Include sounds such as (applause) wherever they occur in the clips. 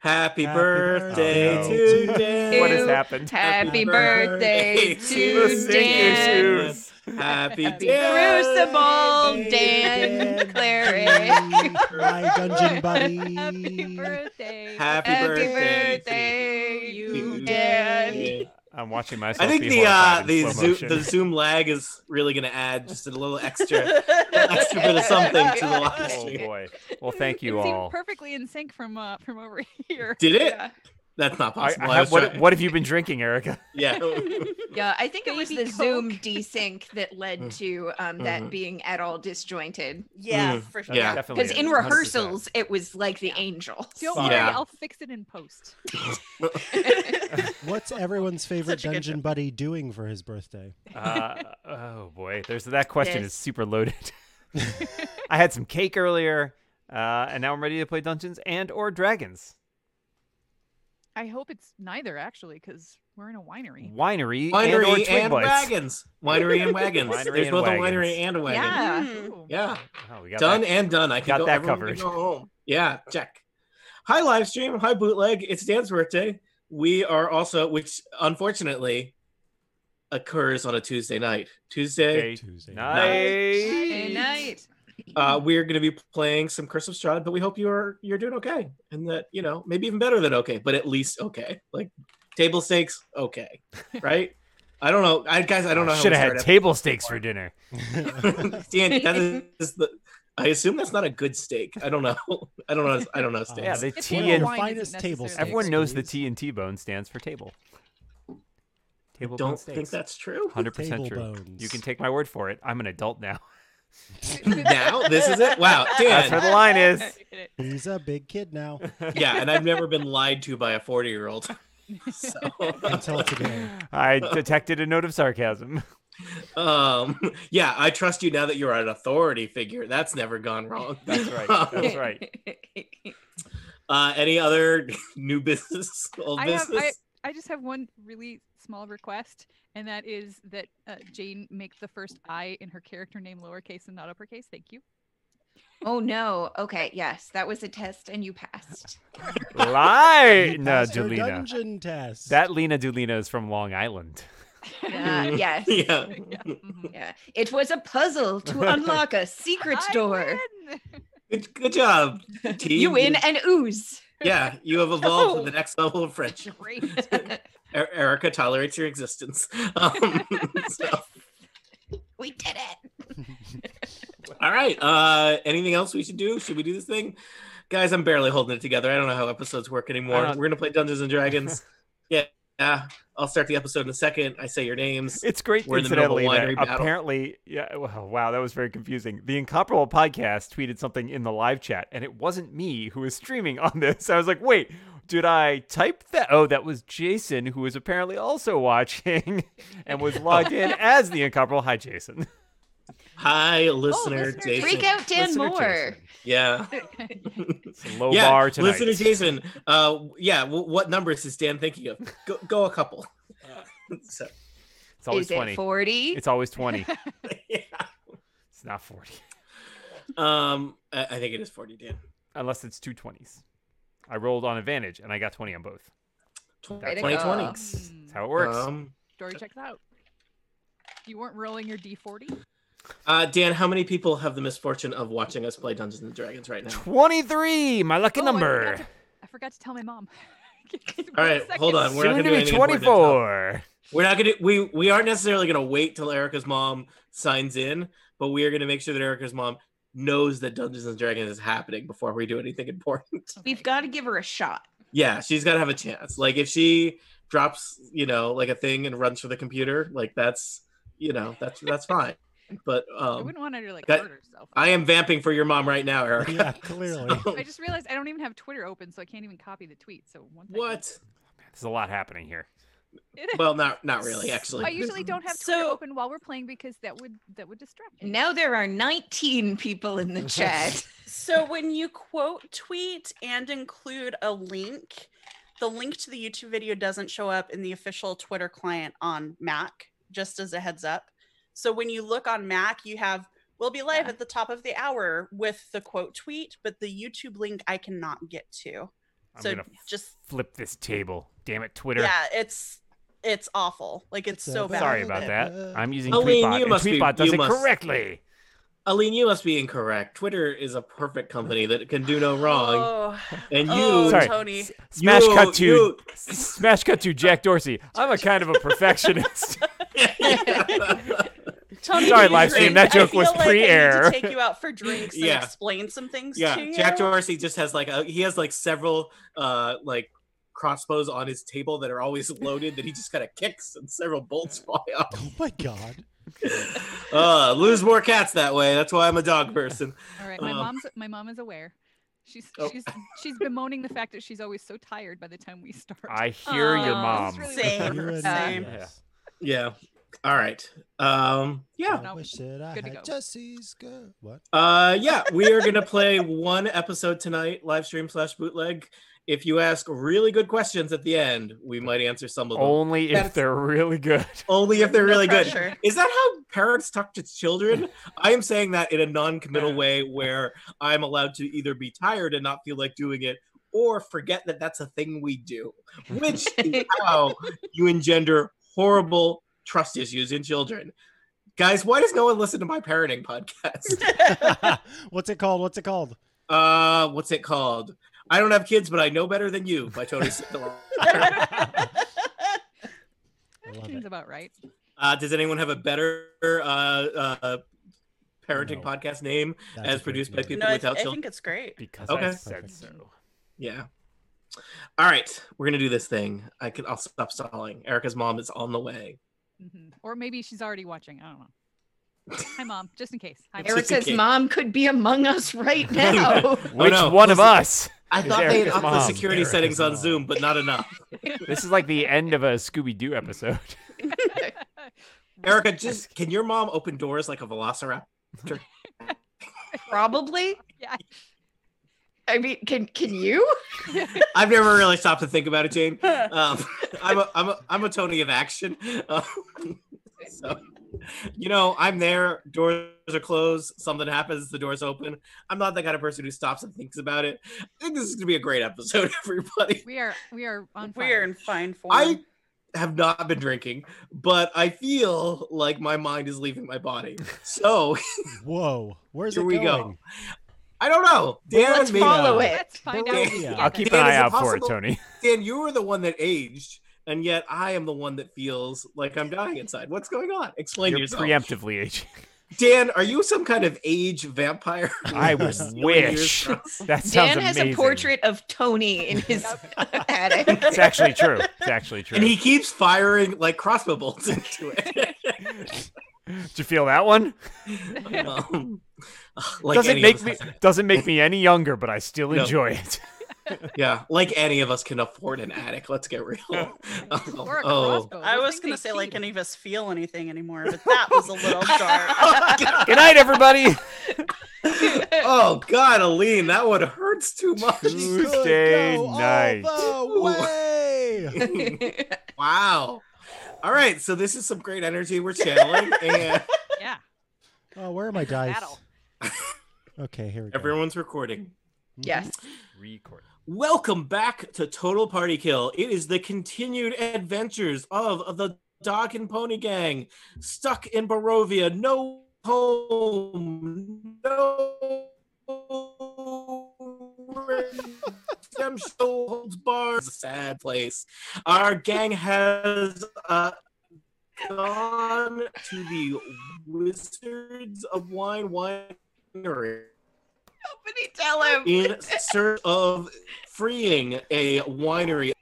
Happy, Happy Oh, birthday, to birthday to Dan. What has You- happened? Happy birthday birthday to to Dan. Dan. Happy Happy Dan. Crucible, Dan, Dan, Cleric. my (laughs) dungeon buddy. Happy birthday. Happy birthday birthday, you, you, Dan. Yeah. I'm watching myself. I think be the horrified uh, in the slow zoom, motion. the zoom lag is really gonna add just a little extra. extra bit of something to the live (laughs) Oh stream. boy! Well, thank you it seemed all. perfectly in sync from uh, from over (laughs) here. Did it? Yeah, That's not I, possible. I I, have- was what, trying- what have you been drinking, Erica? Yeah. (laughs) Yeah, I think it was the Baby Zoom Coke. desync that led Mm. to um, that Mhm. being at all disjointed. Yeah, Mm, for sure. That's Yeah. definitely Because it. in 100%. rehearsals, it was like the angel. Don't Yeah. worry, I'll fix it in post. What's everyone's favorite Such a good dungeon buddy doing for his birthday? (laughs) Uh, oh boy, there's that question is This. super loaded. I had some cake earlier, uh, and now I'm ready to play Dungeons and or Dragons. I hope it's neither actually, because we're in a winery. Winery, and or Winery Twig and Bites. wagons. Winery and wagons. Winery There's and both a wagons. winery and a wagon. Yeah. Ooh. Yeah. Oh, we got done that. and done. I can got go, that everyone can covered. go home. Yeah, check. Hi, live stream. Hi, bootleg. It's Dan's birthday. We are also, which unfortunately occurs on a Tuesday night. Tuesday, Okay, Tuesday. (laughs) Nice. Good night. uh, we're going to be playing some Curse of Strahd, but we hope you're you're doing okay, and that you know maybe even better than okay, but at least okay. Like table stakes, (laughs) okay, right? I don't know, I guys. I don't know. how Should we have had started. table steaks for dinner. (laughs) Dan, that is, is the. I assume that's not a good steak. I don't know. (laughs) I don't know. I don't (laughs) know steaks. Oh, Yeah, the It's tea one One of the of and your wine isn't finest table necessarily- steaks, everyone knows the please. T and T bone stands for table. Table bone don't steaks. think that's true. hundred percent Table true. bones. You can take my word for it. I'm an adult now. now this is it. (laughs) Wow, That's where Dan. the line is. He's a big kid now (laughs) Yeah, and I've never been lied to by a forty-year-old. (laughs) So, (laughs) until today. I detected a note of sarcasm. (laughs) um, yeah, I trust you now that you're an authority figure. That's never gone wrong. That's (laughs) right. That's right. (laughs) Uh, any other (laughs) new business, old I have- business? (laughs) I just have one really small request, and that is that uh, Jane make the first I in her character name lowercase and not uppercase. Thank (laughs) you. oh, no. Okay. Yes, that was a test and (laughs) you passed. Lie, no, Pass your Delina. Dungeon test. That Lena Dulina is from Long Island. Mm. Uh, yes. yeah. Mhm. Yeah. It was a puzzle to (laughs) unlock a secret I door. win! Good, good job. Team. You win an (laughs) ooze. Yeah, you have evolved to the next level of friendship. Great. (laughs) E- Erica tolerates your existence. (laughs) Um, so, We did it. all right. Uh, anything else we should do? Should we do this thing, guys? I'm barely holding it together. I don't know how episodes work anymore. I don't- We're gonna play Dungeons and (laughs) Dragons. yeah, yeah. I'll start the episode in a second. I say your names. It's great, We're in the middle of a incidentally, that winery battle. apparently, yeah, well, wow, that was very confusing. The Incomparable Podcast tweeted something in the live chat, and it wasn't me who was streaming on this. (laughs) I was like, wait, did I type that? Oh, that was Jason, who was apparently also (laughs) watching and was logged (laughs) in as the Incomparable. Hi, Jason. Hi, Oh, listener, listener Jason. Freak out Dan Listener Moore. Yeah. Jason. It's a low yeah, bar tonight. Listener Jason, uh, yeah, w- what numbers is Dan thinking of? Go, go a couple. Uh. (laughs) so, It's always is 20. it 40? It's always (laughs) 20. yeah. It's not 40. Um, I, I think it is 40, Dan. Unless it's two 20s. I rolled on advantage, and I got 20 on both. Tw- Way to 2020. go. That's how it works. Um, Story checks out. You weren't rolling your D40? uh, Dan, how many people have the misfortune of watching us play Dungeons and Dragons right now? 23, my lucky Oh, I number. forgot to- I forgot to tell my mom. (laughs) Give me All one right, hold second. on. We're not gonna Soon to do be anything important until- 24. We're not gonna we we aren't necessarily gonna wait till Erica's mom signs in, but we are gonna make sure that Erica's mom knows that Dungeons and Dragons is happening before we do anything important. (laughs) We've got to give her a shot. yeah, she's gotta have a chance. Like if she drops, you know, like a thing and runs for the computer, like that's you know, that's that's fine. But I um wouldn't want her to like that- hurt herself. I am vamping for your mom right now, (laughs) Erica. (laughs) yeah, (laughs) clearly. I just realized I don't even have Twitter open, so I can't even copy the tweet. So one second. (laughs) What? There's a lot happening here. It- Well, not not really, actually. I usually don't have Twitter So- open while we're playing because that would that would distract me. Now there are 19 people in (laughs) the chat. So when you quote tweet and include a link, the link to the YouTube video doesn't show up in the official Twitter client on Mac, just as a heads up. So when you look on Mac, you have we'll be live Yeah. at the top of the hour with the quote tweet, but the YouTube link I cannot get to. I'm so gonna just flip this table. Damn it, Twitter. yeah, it's it's awful. Like it's, so bad. Sorry about that. I'm using Aline, Tweetbot, you and must be- Tweetbot does you it must- correctly. Aline, you must be incorrect. Twitter is a perfect company that can do no wrong, Oh, and you oh, Sorry. Tony. Smash you- cut to you- smash cut to Jack Dorsey. I'm a kind of a perfectionist. (laughs) Sorry, Tony, you need a live stream. drink. That I joke was feel like I need to pre-air. Take you out for drinks Yeah. and explain some things yeah, to you. Jack Dorsey just has like a he has like several uh like crossbows on his table that are always loaded that he just kind of kicks and several bolts fly (laughs) off. Oh my (laughs) god. Uh, lose more cats that way. That's why I'm a dog person. All right, my Um, mom's my mom is aware. She's Oh. she's she's bemoaning the fact that she's always so tired by the time we start. I hear your Aw, mom. this is really You Same. and Same. me, Yeah. yes. Yeah. All right. Um yeah. I No, wish that I good to had go. Jesse's good. (laughs) What? (laughs) Uh yeah, we are gonna play one episode tonight, live stream slash bootleg. If you ask really good questions at the end, we might answer some of them. Only if That's- they're really good. Only if they're No really good. pressure. Is that how parents talk to children? I am saying that in a non-committal way where I'm allowed to either be tired and not feel like doing it or forget that that's a thing we do, which is how you engender horrible trust issues in children. Guys, why does no one listen to my parenting podcast? What's it called? What's it called? Uh, what's it called? I don't have kids, but I know better than you by Tony Santillane. I that love (laughs) seems it. about right. Uh, does anyone have a better uh, uh, parenting No. podcast name? That's As a great produced by name. people no, I, without I children. think it's great. Because (laughs) I Okay. said Perfect. so. Yeah. All right, we're gonna do this thing. I can. I'll stop stalling. Erica's mom is on the way. Mhm. Or maybe she's already watching. I don't know. (laughs) Hi, mom. Just in case. Hi, Just in Erica's case. mom could be among (laughs) us right now. Which Oh, no. one of Listen- us? I It's thought they had Erica's upped the mom. security Erica's settings on mom. Zoom, but not enough. This is like the end of a Scooby Doo episode. (laughs) Erica, just can your mom open doors like a velociraptor? (laughs) Probably. Yeah. I mean, can can you? I've never really stopped to think about it, (laughs) Jane. Um, I'm a I'm a I'm a Tony of action. (laughs) Um, so, you know, I'm there. Doors are closed. Something happens. The doors open. I'm not the kind of person who stops and thinks about it. I think this is gonna be a great episode, (laughs) everybody. (laughs) We are we are on fire. We are in fine form. I have not been drinking, but I feel like my mind is leaving my body. So (laughs) Whoa. Where's Here it we go. going? I don't know. Dan, Let's maybe- follow it. Let's find out. Bolivia. (laughs) together. (laughs) (laughs) I'll keep Dan, an is eye it out for it, possible- Tony. Dan, you were the one that aged, and yet I am the one that feels like I'm dying inside. What's going on? Explain You're yourself. preemptively aging. Dan, are you some kind of age vampire? (laughs) I would Stealing years wish. from- (laughs) That sounds Dan has amazing. a portrait of Tony (laughs) in his (laughs) attic. It's actually true. It's actually true. And he keeps firing like crossbow bolts (laughs) into (laughs) it. Did you feel that one? (laughs) Um, like doesn't any make of me us- doesn't make me any younger, but I still No. enjoy it. (laughs) Yeah, like any of us can afford an attic. Let's get real. (laughs) Oh, Or a oh. crossbow. I Those was things gonna they say like feed. any of us feel anything anymore, but that (laughs) was a little dark. Good night, everybody. Oh, God, Aline, that one hurts too much. Tuesday Tuesday night. Ooh. Oh, (laughs) way. wow. All right, so this is some great energy we're channeling, (laughs) and Yeah. Oh, where are my dice? Battle. Okay, here we go. everyone's recording. yes. Record. Welcome back to Total Party Kill. It is the continued adventures of, of the Dog and Pony Gang, stuck in Barovia, no home, no redemption, no holds bars. It's a sad place. Our gang has uh, gone to the Wizards of Wine Winery Somebody tell him. in search of freeing a winery.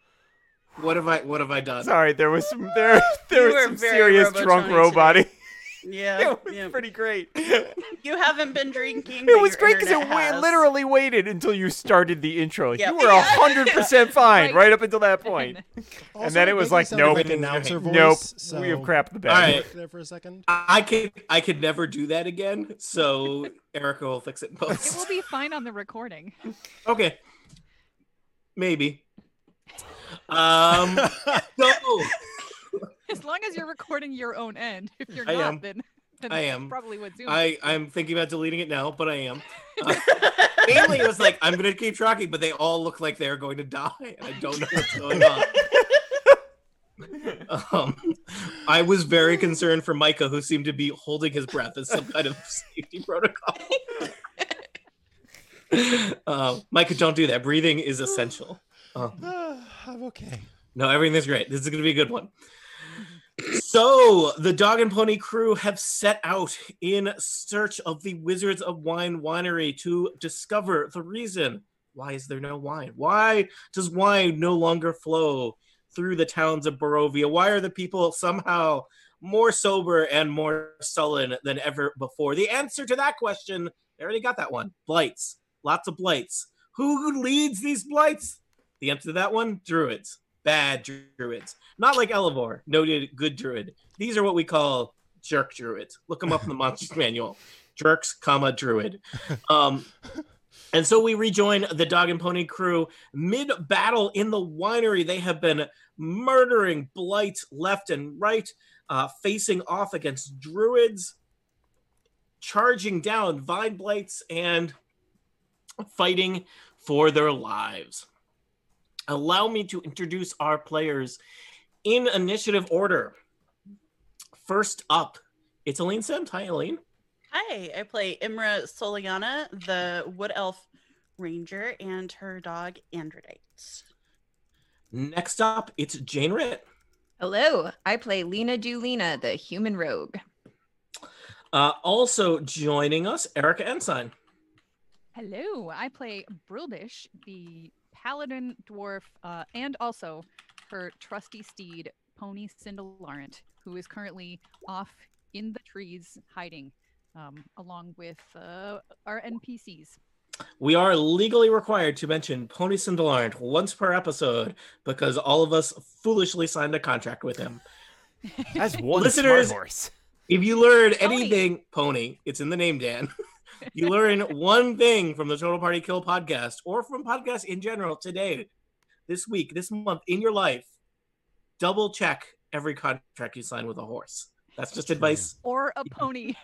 What have I? What have I done? Sorry, there was some there there was You were some very serious Robo drunk Tony roboty. (laughs) yeah, (laughs) It was yeah. pretty great. You haven't been drinking. but It was your great because it internet wa- has. literally waited until you started the intro. Yep. You were (laughs) hundred percent fine Right. right. up until that point, and then Also, it was vaguely like, sounded nope, Like an announcer voice, nope, So we have crap the bed. All right. There for a second. (sighs) I could I could never do that again. So Erica will fix it in It will post. be fine on the recording. (laughs) (laughs) Okay, maybe. Um. So As long as you're recording your own end. If you're I not, am. then Then I that's am. Probably what Zoom. I is. I'm thinking about deleting it now, but I am. (laughs) Mainly, it was like I'm gonna keep tracking, but they all look like they're going to die, and I don't know what's going on. Um, I was very concerned for Micah, who seemed to be holding his breath as some kind of (laughs) safety protocol. um, Micah, don't do that. Breathing is essential. Um, I'm okay. no, everything's great. This is going to be a good one. So, the dog and pony crew have set out in search of the Wizards of Wine winery to discover the reason why is there no wine? Why does wine no longer flow through the towns of Barovia? Why are the people somehow more sober and more sullen than ever before? The answer to that question, I already got that one. Blights. Lots of blights. Who leads these blights? The answer to that one, druids bad druids. Not like Elevor, noted good druid. These are what we call jerk druids. Look them up in the Monsters Manual. Jerks, comma druid. Um, and so we rejoin the dog and pony crew mid battle in the winery. They have been murdering blight left and right, uh, facing off against druids, charging down vine blights, and fighting for their lives allow me to introduce our players in initiative order. First up, it's Aline Simt. Hi, Aline. (laughs) Hi, I play Imra Soliana, the wood elf ranger, and her dog Androdite. Next up, it's Jane Ritt. Hello, I play Lena Dulina, the human (laughs) rogue. Uh, also joining us, Erica Ensign. Hello, I play Brildish, the paladin dwarf, uh, and also her trusty steed, Pony Cindelarant, who is currently off in the trees hiding, um, along with uh, our NPCs. We are legally required to mention Pony Cindelarant once per episode because all of us foolishly signed a contract with him. That's one Listeners- smart horse. If you learn Pony. anything, Pony, it's in the name, Dan. (laughs) you learn one thing from the Total Party Kill podcast or from podcasts in general today, this week, this month, in your life, double check every contract you sign with a horse. That's just True. advice. Or a pony.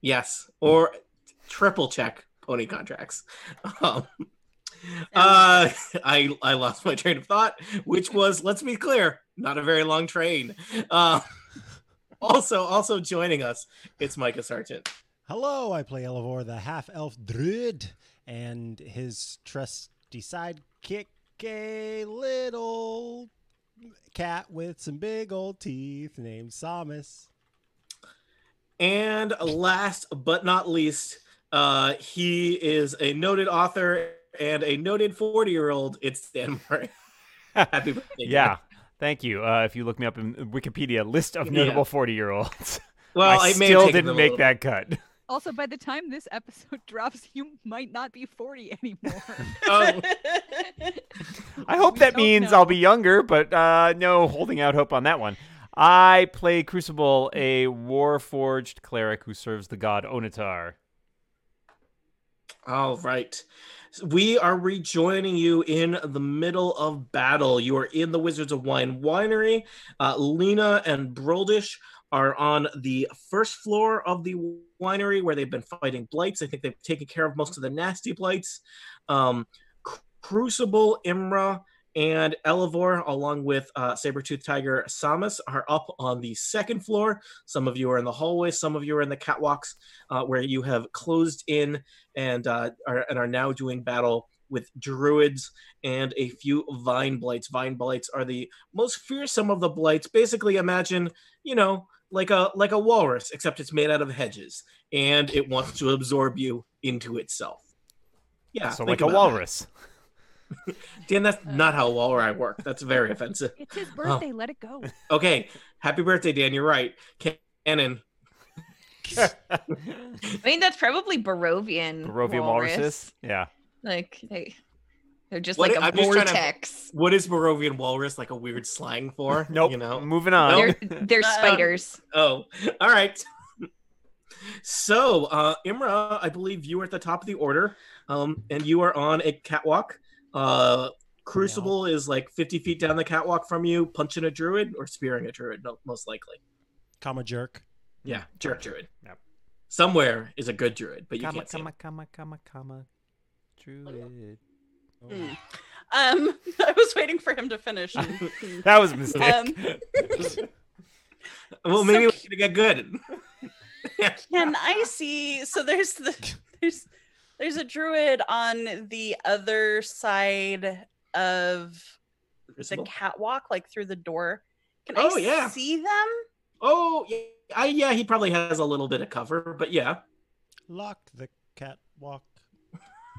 Yes. Or triple check pony contracts. (laughs) Um, uh, Sounds- (laughs) I, I lost my train of thought, which was, let's be clear, not a very long train. Uh, (laughs) also, also joining us, it's Micah Sargent. Hello, I play Elevor, the half elf druid, and his trusty sidekick, a little cat with some big old teeth named Samus. And last but not least, uh, he is a noted author and a noted 40 year old. It's Dan Murray. (laughs) Happy birthday. Yeah. Thank you. Uh, if you look me up in Wikipedia, list of Yeah. notable 40 year (laughs) olds. Well, I, I, may have still taken didn't them a make little- that cut. Also, by the time this episode (laughs) drops, you might not be 40 anymore. Oh, I hope We that don't means know. I'll be younger, but uh, no, holding out hope on that one. I play Crucible, a warforged cleric who serves the god Onatar. all right. So We are rejoining you in the middle of battle. You are in the Wizards of Wine Winery. Uh, Lena and Broldish are on the first floor of the winery where they've been fighting blights. I think they've taken care of most of the nasty blights. Um, Cru- Crucible, Imra, and Elevor, along with uh, Sabretooth Tiger Samus, are up on the second floor. Some of you are in the hallway, some of you are in the catwalks uh, where you have closed in and, uh, are, and are now doing battle with druids and a few vine blights. Vine blights are the most fearsome of the blights. Basically, imagine you know like a like a walrus, except it's made out of hedges, and it wants to absorb you into itself. Yeah, so, think like a about that. (laughs) walrus. (laughs) Dan, that's not how well I work. That's very offensive. it's his birthday. Let it go. Okay, happy birthday, Dan. You're right. Canon. I mean, that's probably Barovian. Barovia walrus. walruses. Yeah. Like they, they're just What- like a I'm just trying to- vortex. What is Barovian walrus like a weird slang for? Nope. You know. Moving on. Nope. They're (laughs) they're Um, spiders. Oh, all right. So, uh, Imra, I believe you are at the top of the order, um, and you are on a catwalk. Uh, Crucible is like 50 feet down the catwalk from you, punching a druid or spearing a druid, no- most likely. Comma jerk. Yeah, jerk druid. Yep. Somewhere is a good druid, but you comma, can't see comma, it. comma, comma, comma, druid. Mm. Um, (laughs) I was waiting for him (laughs) to finish. Um, and- That was a mistake. Um, (laughs) Well, So maybe we should get good. (laughs) Can I see? So there's the (laughs) there's there's a druid on the other side of the Crucible? catwalk, like through the door. Can Oh, I yeah. see them? Oh, yeah, I, yeah, he probably has a little bit of cover, but yeah. Lock the catwalk.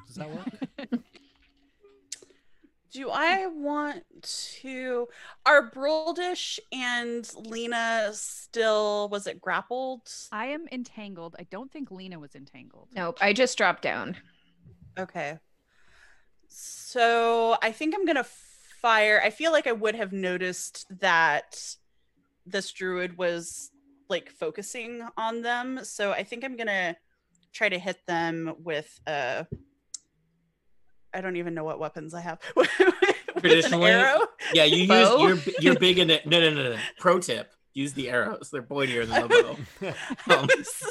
Does that (laughs) work? Do I want to? Are Broldish and Lena still? Was it grappled? I am entangled. I don't think Lena was entangled. (laughs) Nope. I just dropped down. Okay. So I think I'm gonna fire. I feel like I would have noticed that this druid was like focusing on them. So I think I'm gonna try to hit them with uh I don't even know what weapons I have. (laughs) with an Traditionally- um, arrow. Yeah, you use Bow? you're b- you're big in it. No, no, no, no. Pro tip: use the arrows. They're pointier than the bow. (laughs) (laughs) I Um, was,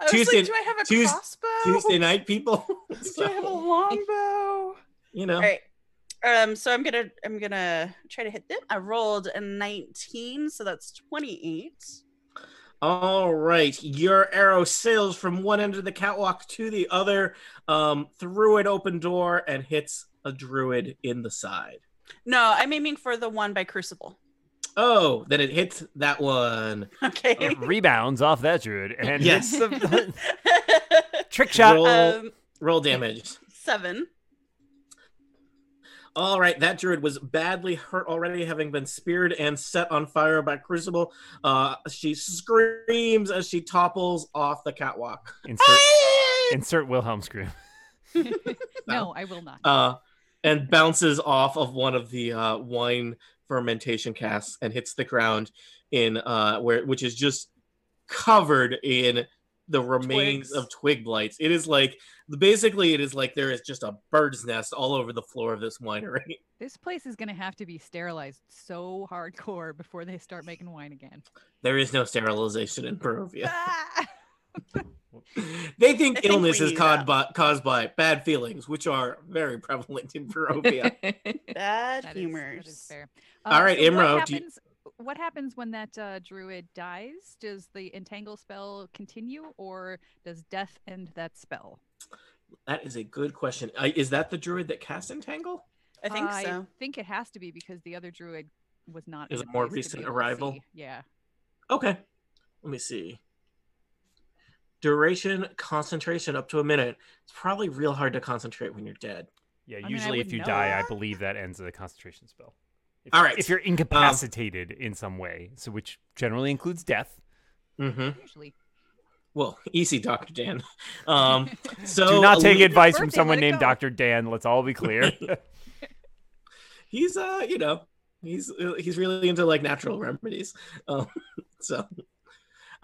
I was Tuesday- like, do I have a Tues- crossbow? Tuesday night, people. (laughs) Do I have a So, longbow? you know, All right. Um, so I'm gonna I'm gonna try to hit them. I rolled a 19, so that's 28. All right, your arrow sails from one end of the catwalk to the other, um, through an open door, and hits a druid in the side. No, I'm aiming for the one by Crucible. (laughs) Oh, then it hits that one. Okay. (laughs) it rebounds off that druid and Yes. hits the trick shot. Roll, um, roll damage. (laughs) seven. All right, that druid was badly hurt already, having been speared and set on fire by Crucible. Uh, she screams as she topples off the catwalk. Insert, insert Wilhelm scream. No, I will not. uh, and bounces off of one of the uh, wine fermentation casks and hits the ground in uh, where which is just covered in the remains Twigs. of twig blights. It is like basically it is like there is just a bird's nest all over the floor of this winery. this place is going to have to be sterilized so hardcore before they start making (laughs) wine again. There is no sterilization in Barovia. Ah! (laughs) they think I think illness we is need caused that. by, caused by bad feelings, which are very prevalent in (laughs) Barovia. Bad That is- humors. that is fair. Uh, All right, Imro, What do you- happens, what happens when that uh, druid dies? Does the entangle spell continue, or does death end that spell? that is a good question. Uh, is that the druid that cast Entangle? I think I (laughs) so. think it has to be because the other druid was not. Is in a a more place to recent be able to arrival? see. Yeah. Okay. Let me see. Duration, concentration up to a minute. It's probably real hard to concentrate when you're dead. Yeah, mean, I usually if wouldn't you know. die, I believe that ends the concentration spell. If, All right. If you're incapacitated in some way, so which generally includes death. Mm-hmm. Usually. Well, (laughs) easy, Dr. Dan. (laughs) Um, so Do not take Alina- advice birthday, from let someone it named go. Dr. Dan. Let's all be clear. he's uh you know he's uh, he's really into like natural remedies um, (laughs) so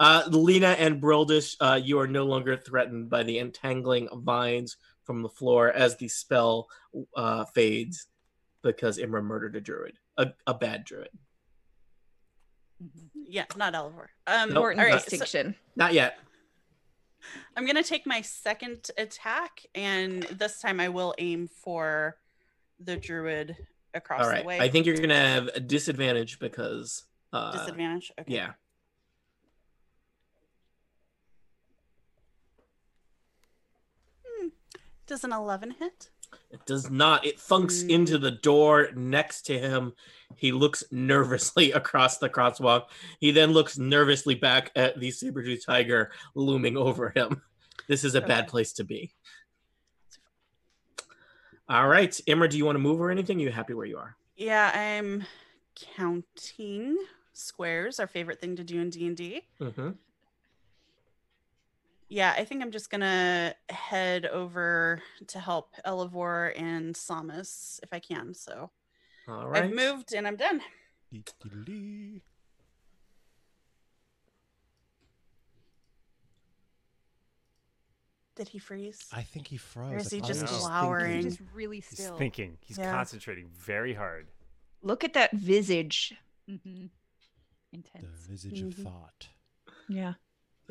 uh lena and broldish uh you are no longer threatened by the entangling vines from the floor as the spell uh fades because imra murdered a druid a, a bad druid Mhm. Yeah, not Oliver. Um Nope. all Important right, so distinction. not yet I'm gonna take my second attack, and this time I will aim for the druid across all right the way. i think you're gonna have a disadvantage because uh disadvantage. Okay. yeah Does an eleven hit? It does not. It thunks Mm. into the door next to him. He looks nervously (laughs) across the crosswalk. He then looks nervously back at the saber-tooth tiger looming over him. This is a bad Okay. place to be. All right, Imra, do you want to move or anything? you happy where you are? Yeah, I'm counting squares, our favorite thing to do in D&D. Mm-hmm. Yeah, I think I'm just going to head over to help Elevor and Samus if I can. So All right. I've moved and I'm done. Dee-dee-dee. Did he freeze? I think he froze. Or is I he thought just was thinking. glowering? He's just really He's still. thinking. He's Yeah. concentrating very hard. Look at that visage. The Mhm. Intense. visage of Mhm. thought. Yeah.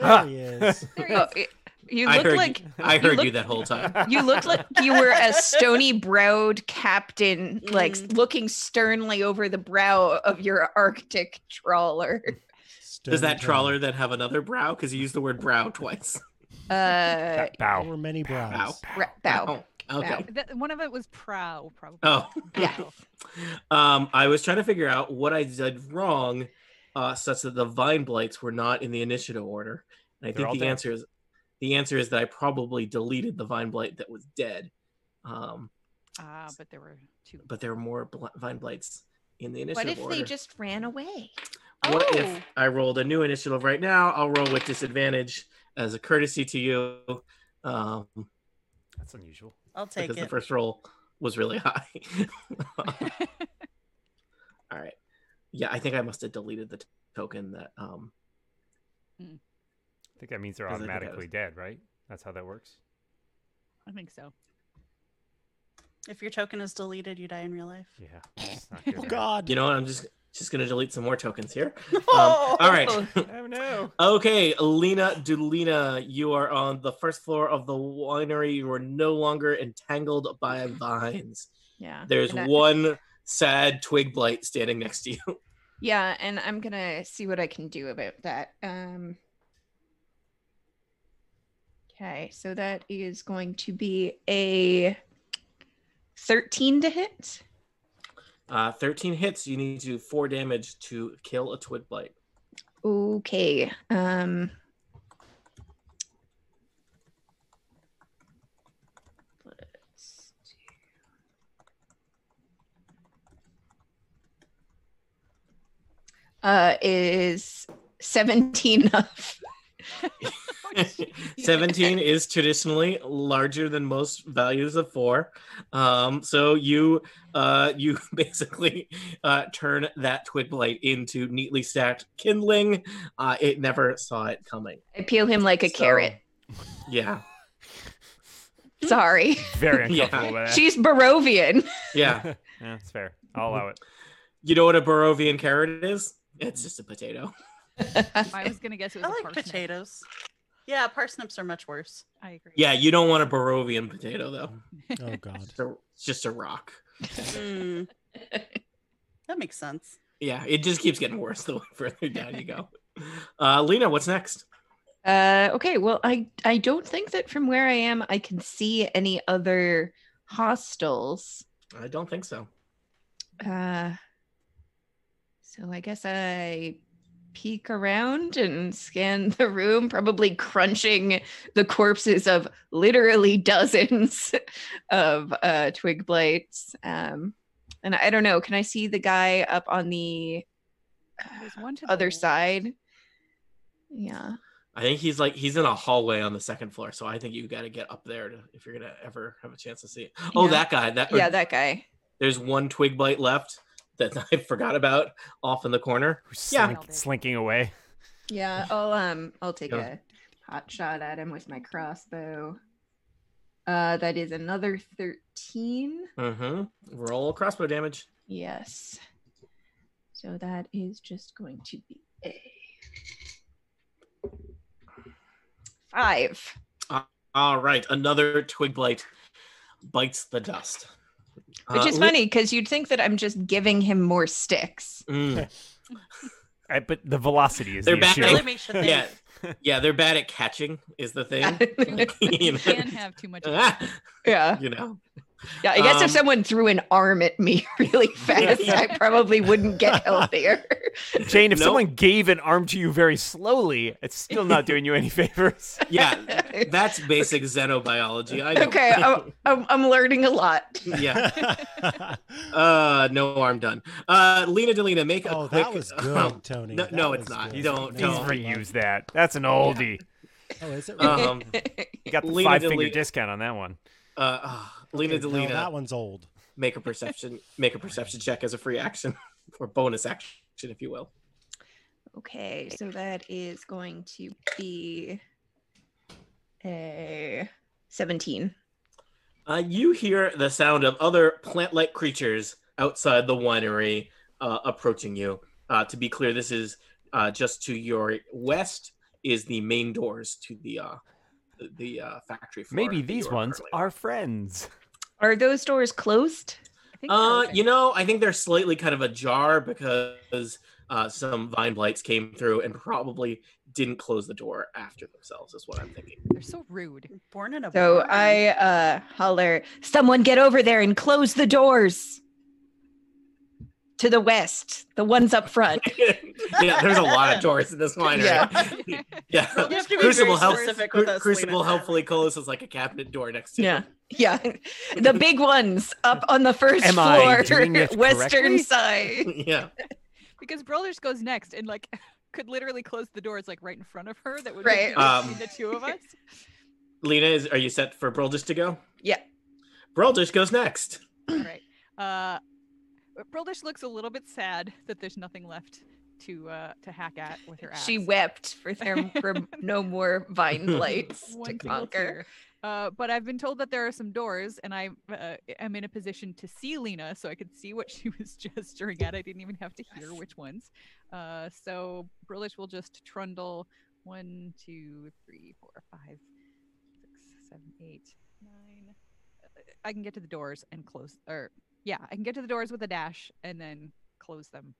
Ah! There he is. There (laughs) he Oh, is. it- you I look heard like you. I you heard look- you that whole (laughs) time. you looked like you were a stony browed captain, like Mhm. looking sternly over the brow of your Arctic trawler. (laughs) Does that Stone trawler then have another brow? Because you used the word brow twice. (laughs) Uh, That There bow. were many Bow. brows. ra- bow. (laughs) Oh, Okay. Bow. That- one of it was prow, probably. Oh. Yeah. (laughs) Prow. Um, I was trying to figure out what I did wrong, uh, such that the vine blights were not in the initiative order. And I They're all think the dead. answer is, the answer is that I probably deleted the vine blight that was dead. Um, Ah, but there were two. (laughs) but there were more bl- vine blights in the What initiative if order. they just ran away? What Oh. if I rolled a new initiative right now? I'll roll with disadvantage as a courtesy to you, um, That's unusual. I'll take because the it. first roll was really (laughs) high. All right. Yeah, I think I must have deleted the t- token that um, I think that means they're 'Cause I think I was- automatically dead, right? That's how that works. I think so. If your token is deleted, you die in real life. (laughs) Yeah. It's not good, Oh man. God. You know what? I'm just just gonna delete some more tokens (laughs) here. Um, Oh. all right. (laughs) Oh no. Okay, Lena Dulina, you are on the first floor of the winery. You are no longer entangled (laughs) by vines. Yeah. There's and I- one sad twig blight standing next to you. Yeah, and I'm gonna see what I can do about that. Um Okay, so that is going to be a 13 to hit. Uh, 13 hits. You need to do four damage to kill a twig blight. Okay. Um let's do- Uh, is 17 enough? (laughs) (laughs) 17 is traditionally larger than most values of four. Um, so you uh, (laughs) you basically uh, turn that twig blight into neatly stacked kindling. Uh, it never saw it coming. I peel him like a So- carrot. Yeah, Sorry. Very Yeah. uncomfortable with that. She's Barovian. yeah. (laughs) yeah, it's fair. I'll allow it. You know what a Barovian carrot is? It's just a potato. I was gonna guess it was I a like parsnip. potatoes. Yeah, parsnips are much worse. I agree. Yeah, you don't want a Barovian potato though. Oh God. It's, a, it's just a rock. (laughs) Mm. that makes sense. Yeah, it just keeps getting worse the (laughs) further down you go. Uh, Lena, what's next? Uh, okay, well, I I don't think that from where I am I can see any other hostels. I don't think so. Uh, so I guess I peek around and scan the room, probably crunching the corpses of literally dozens (laughs) of uh, twig blights. Um, and I don't know. Can I see the guy up on the (laughs) There's one to the other left. side? Yeah. I think he's like he's in a hallway on the second floor, so I think you got to get up there to, if you're gonna ever have a chance to see it. Oh, Yeah. that guy. That, Yeah, that guy. there's one twig blight left that (laughs) I forgot about off in the corner. Who's Yeah. slink- slinking away. Yeah, I'll um I'll take Yeah. a hot shot at him with my crossbow. Uh that is another 13. Mm-hmm. Roll crossbow damage. Yes. So that is just going to be a 5. All right, another twig blight bites the dust, Which Uh, is Le- funny cuz you'd think that I'm just giving him more sticks. Mm. I, but the velocity is They're the back issue. Really makes you think. Yeah, (laughs) yeah, they're bad at catching is the thing. (laughs) You you can have (laughs) too much. know, yeah. you know. Yeah, I guess Um, if someone threw an arm at me (laughs) really fast, I probably wouldn't get healthier. (laughs) Jane, if Nope. someone gave an arm to you very slowly, it's still not doing you (laughs) any favors. (laughs) (laughs) yeah, that's basic xenobiology. I know. Okay, oh. I'm, I'm, I'm learning a lot. (laughs) (laughs) (laughs) yeah. (laughs) oh, Uh, no arm done. Uh, Lena Delina, make a quick. (laughs) that was um, good, Tony. no- That no, it's was not. good. You don't- Please No. don't. reuse that. That's an oldie. (laughs) Oh, is it? really? Um, You got the Lena five finger Delia- discount on that one. uh, ah, Lena Okay, no, Delina, that one's old. make a perception, make a perception check as a free action (laughs) or bonus action, if you will. Okay, so that is going to be a 17. Uh, you hear the sound of other plant-like creatures outside the winery uh, approaching you. Uh, to be clear, this is uh, just to your west is the main doors to the uh the uh factory floor Maybe that these you are ones currently on. are friends. Are those doors closed? I think Uh, you know, I think they're slightly kind of ajar because uh, some vine blights came through and probably didn't close the door after themselves. Is what I'm thinking. (laughs) they're so rude. Born in a So barn. I uh, holler, someone get over there and close the doors to the west, the ones up front. (laughs) yeah, there's a lot of doors in this wine. right? Yeah. (laughs) yeah. You have to be Crucible very help. specific Cru- with us, Crucible Lena. (laughs) helpfully closes like a cabinet door next to Yeah. it. Yeah. (laughs) The big ones up on the first Am I floor, doing it correctly? (laughs) western side. (laughs) (laughs) yeah. Because Brothers goes next and like (laughs) could literally close the doors like right in front of her. That would Right. be between Um, the two of us. (laughs) Lena, is are you set for Broldish to go? Yeah. Broldish goes next. All right. Uh, Broldish looks a little bit sad that there's nothing left to uh to hack at with her axe. She wept (laughs) for there were no more (laughs) vine blights One to single conquer. tear. Uh, but I've been told that there are some doors, and I uh, am in a position to see Lena, so I could see what she (laughs) was gesturing at. I didn't even have to hear which ones. Uh, so Brilish will just trundle one, two, three, four, five, six, seven, eight, nine. Uh, I can get to the doors and close, or yeah, I can get to the doors with a dash and then close them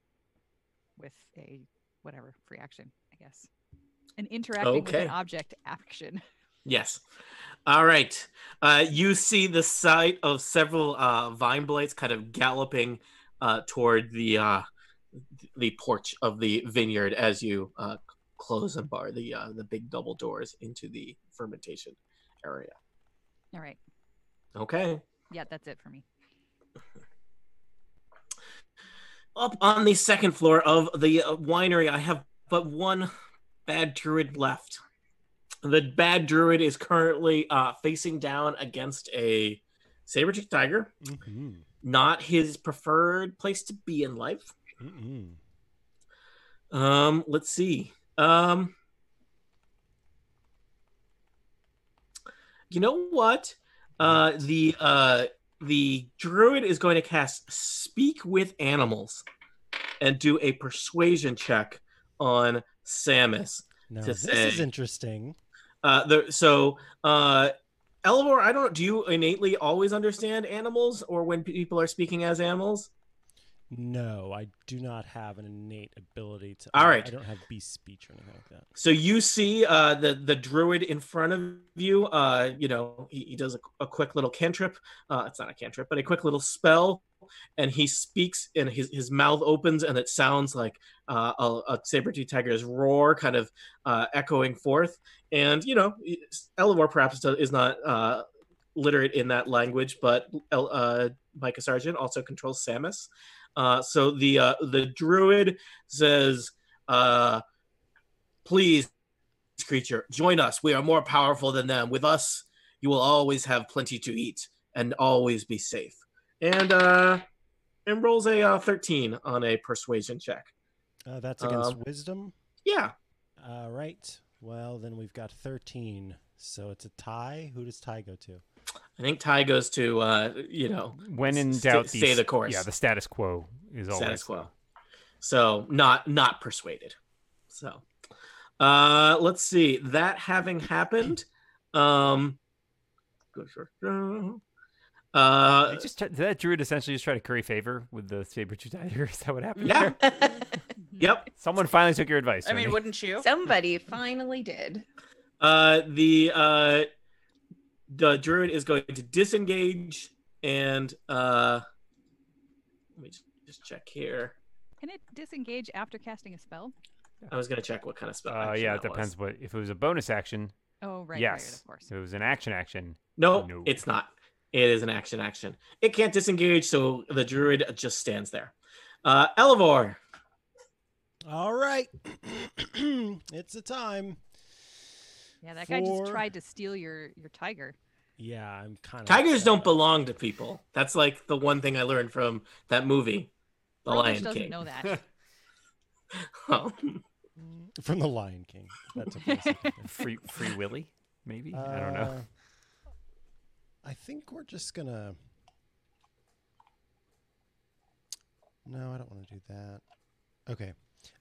with a whatever free action, I guess. An interacting with Okay. an object action. Yes. All right. Uh, you see the sight of several uh, vine blades kind of galloping uh, toward the uh, the porch of the vineyard as you uh, close and bar the uh, the big double doors into the fermentation area. All right. Okay. Yeah, that's it for me. Up on the second floor of the uh, winery, I have but one bad druid left. The bad druid is currently uh, facing down against a saber tooth tiger. Mhm. not his preferred place to be in life. Mhm. Um, let's see. Um, you know what? Uh, the uh, the druid is going to cast Speak with Animals and do a persuasion check on Samus. Now, To this is say- interesting. Uh, the, so, uh, Elvor, I don't. Do you innately always understand animals, or when people are speaking as animals? No, I do not have an innate ability to. All right. I don't have beast speech or anything like that. So you see uh, the the druid in front of you. Uh, you know he, he does a, a quick little cantrip. Uh, it's not a cantrip, but a quick little spell, and he speaks, and his his mouth opens, and it sounds like uh, a, a saber tooth tiger's roar, kind of uh, echoing forth. And you know, Elivor perhaps do- is not uh, literate in that language, but El- uh, Micah Sargent also controls Samus. Uh, so the uh, the druid says. Uh, Please, creature, join us. We are more powerful than them. With us, you will always have plenty to eat and always be safe. And uh, and rolls a uh, thirteen on a persuasion check. Uh, that's against Um, wisdom. Yeah, All right. Well, then we've got 13. So it's a tie. Who does tie go to? I think Ty goes to uh, you know When in Stay- doubt, stay the course. Yeah, the status quo is always status quo. So not not persuaded. So uh, let's see. That having happened, um, uh, They just t- did that druid essentially just try to curry favor with the saber tooth tiger. (laughs) Is that what happened? Yeah. (laughs) there? yep. Someone finally took your advice. I mean, Ernie. wouldn't you? Somebody finally did. Uh, the uh, the druid is going to disengage and uh, let me just, just check here. Can it disengage after casting a spell? I was gonna check what kind of spell. Uh, action yeah, it that was. depends. What if it was a bonus action? Oh, right. right, right, yes. of course. If it was an action action, No, No. it's not. It is an action action. It can't disengage, so the druid just stands there. Uh, Elivor, All right. (clears throat) it's a time. Yeah, that guy just Four. tried to steal your your tiger. Yeah, I'm kind of. tigers don't belong to people. That's like the one thing I learned from that movie, The Lion Roglic doesn't King. (laughs) Oh. know (laughs) that. Mm. From The Lion King. That (laughs) took me a second there. free free willy, maybe. I don't know. Uh, I think we're just gonna. No, I don't want to do that. Okay,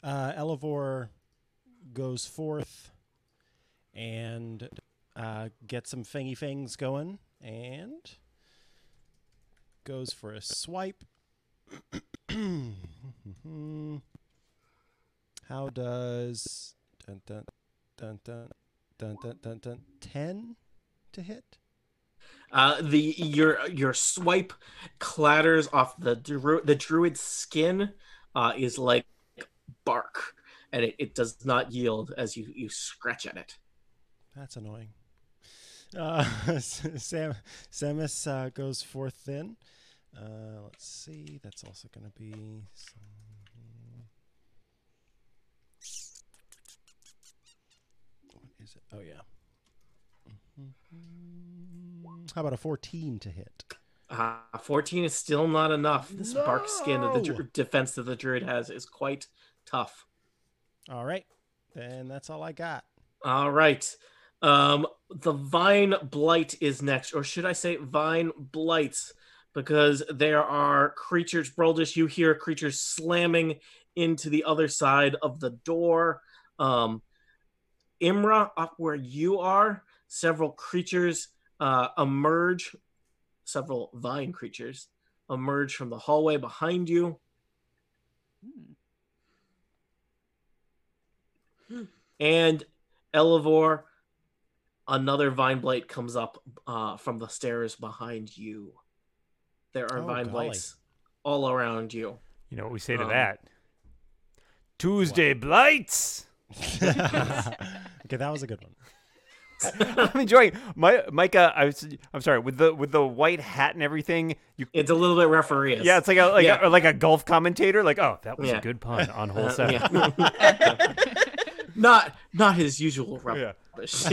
uh, Elivor goes forth and uh, get some fingy fangs going and goes for a swipe. (clears throat) How does dun dun dun dun dun dun dun dun ten to hit? Uh, the your your swipe clatters off the dru- the druid's skin uh, is like bark, and it, it does not yield as you you scratch at it. That's annoying. Uh, (laughs) Sam Samus uh, goes forth then. Uh, let's see. That's also going to be. some- What is it? Oh yeah. Mm-hmm. How about a fourteen to hit? Uh, Fourteen is still not enough. This bark skin that the No! dru- defense that the druid has is quite tough. All right. Then that's all I got. (laughs) All right. Um, the Vine Blight is next, or should I say Vine Blights? Because there are creatures, Broldish, you hear creatures slamming into the other side of the door. Um, Imra, up where you are, several creatures uh, emerge, several Vine creatures emerge from the hallway behind you. Hmm. and Elevor, another vine blight comes up uh, from the stairs behind you. There are Oh, vine golly. blights all around you. You know what we say to Um, that? Tuesday blights. (laughs) okay, that was a good one. I'm enjoying my Micah. I was, I'm sorry with the with the white hat and everything. You It's a little bit referee. yeah, it's like a like Yeah. a, like a golf commentator. Like oh, that was Yeah. Uh, a good pun on whole set. (laughs) not not his usual (laughs) Yeah. rubbish. (laughs)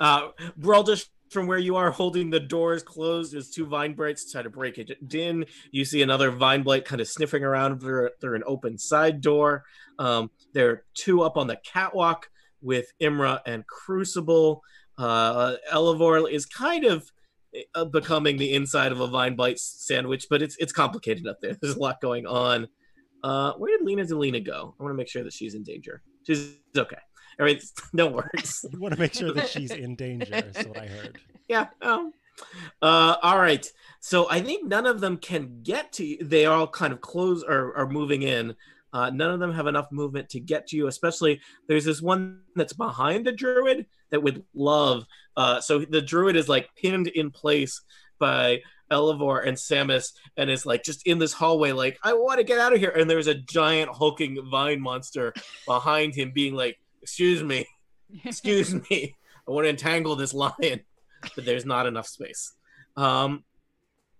uh, Braldish, from where you are, holding the doors closed, as two vine blights try to break it in. You see another vine blight kind of sniffing around through, through an open side door. Um, there are two up on the catwalk with Imra and Crucible. Uh, Elevor is kind of uh, becoming the inside of a vine blight sandwich, but it's it's complicated up there. (laughs) There's a lot going on. Uh, where did Lena Delina go? I want to make sure that she's in danger. She's okay. Everything (laughs) no worries. You want to make sure that she's in danger. Is what I heard. yeah. Um, uh, all right. So I think none of them can get to you. They all kind of close or are moving in. Uh, none of them have enough movement to get to you. Especially there's this one that's behind the druid that would love. Uh, so the druid is like pinned in place by Elevor and Samus, and is like just in this hallway, like I want to get out of here. And there's a giant hulking vine monster behind him, being like, "Excuse me, excuse (laughs) me i want to entangle this lion but there's not enough space um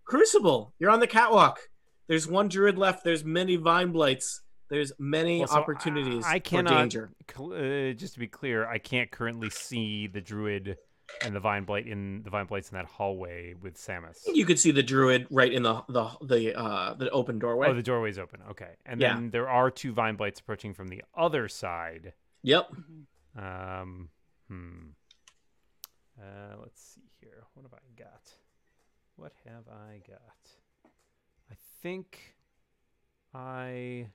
crucible you're on the catwalk there's one druid left there's many vine blights there's many Well, so opportunities I- I for cannot- danger Cl- Uh, just to be clear, I can't currently see the druid and the vine blight in the vine blights in that hallway with Samus. you could see the druid right in the the the uh the open doorway Oh, the doorway's open. Okay, and Yeah. then there are two vine blights approaching from the other side. yep Mhm. Um, hmm. Uh, let's see here. What have I got? What have I got? I think I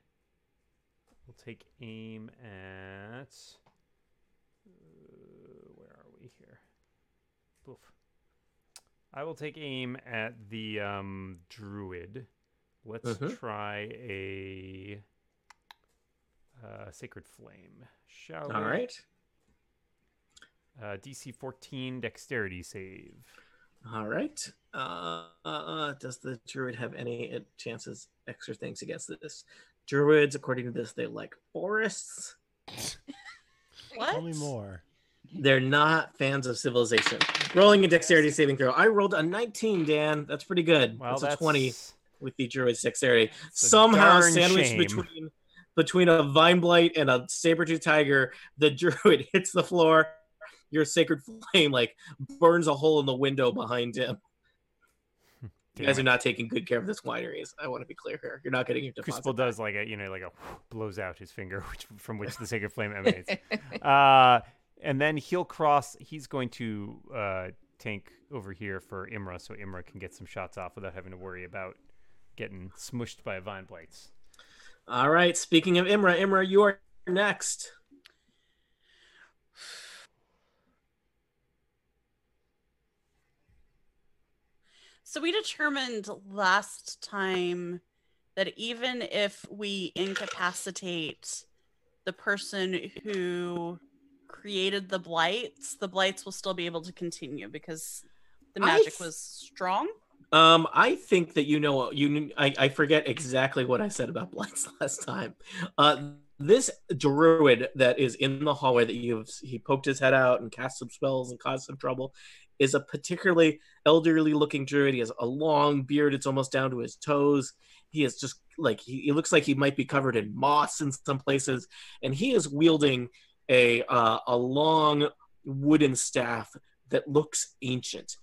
will take aim at. Uh, where are we here? Oof. I will take aim at the um, druid. Let's Mhm. try a uh, sacred flame, shall we? all right Uh, DC 14 dexterity save. all right uh, uh, uh does the druid have any uh, chances extra things against this druids according to this they like forests What? Tell me more. They're not fans of civilization. Rolling a dexterity saving throw. I rolled a 19, Dan. That's pretty good. Well, that's, a 20 with the druid's dexterity. a Somehow darn sandwiched shame. between between a vine blight and a saber-tooth tiger, the (laughs) druid hits the floor. Your sacred flame like burns a hole in the window behind him. you damn guys it. are not taking good care of this wineries. I want to be clear here. You're not getting your deposit. Crucible does like a you know like a (laughs) blows out his finger (laughs) which, from which the sacred (laughs) flame emanates. Uh, and then he'll cross. He's going to uh, tank over here for Imra, so Imra can get some shots off without having to worry about getting smushed by vine blights. All right. Speaking of Imra, Imra, you are next. So we determined last time that even if we incapacitate the person who created the blights, the blights will still be able to continue because the I magic th- was strong. Um, I think that you know you. kn- I, I forget exactly what I said about (laughs) blights last time. Uh, this druid that is in the hallway that you've he poked his head out and cast some spells and caused some trouble is a particularly elderly looking druid. He has a long beard; it's almost down to his toes. He is just like he, he looks like he might be covered in moss in some places, and he is wielding a uh, a long wooden staff that looks ancient.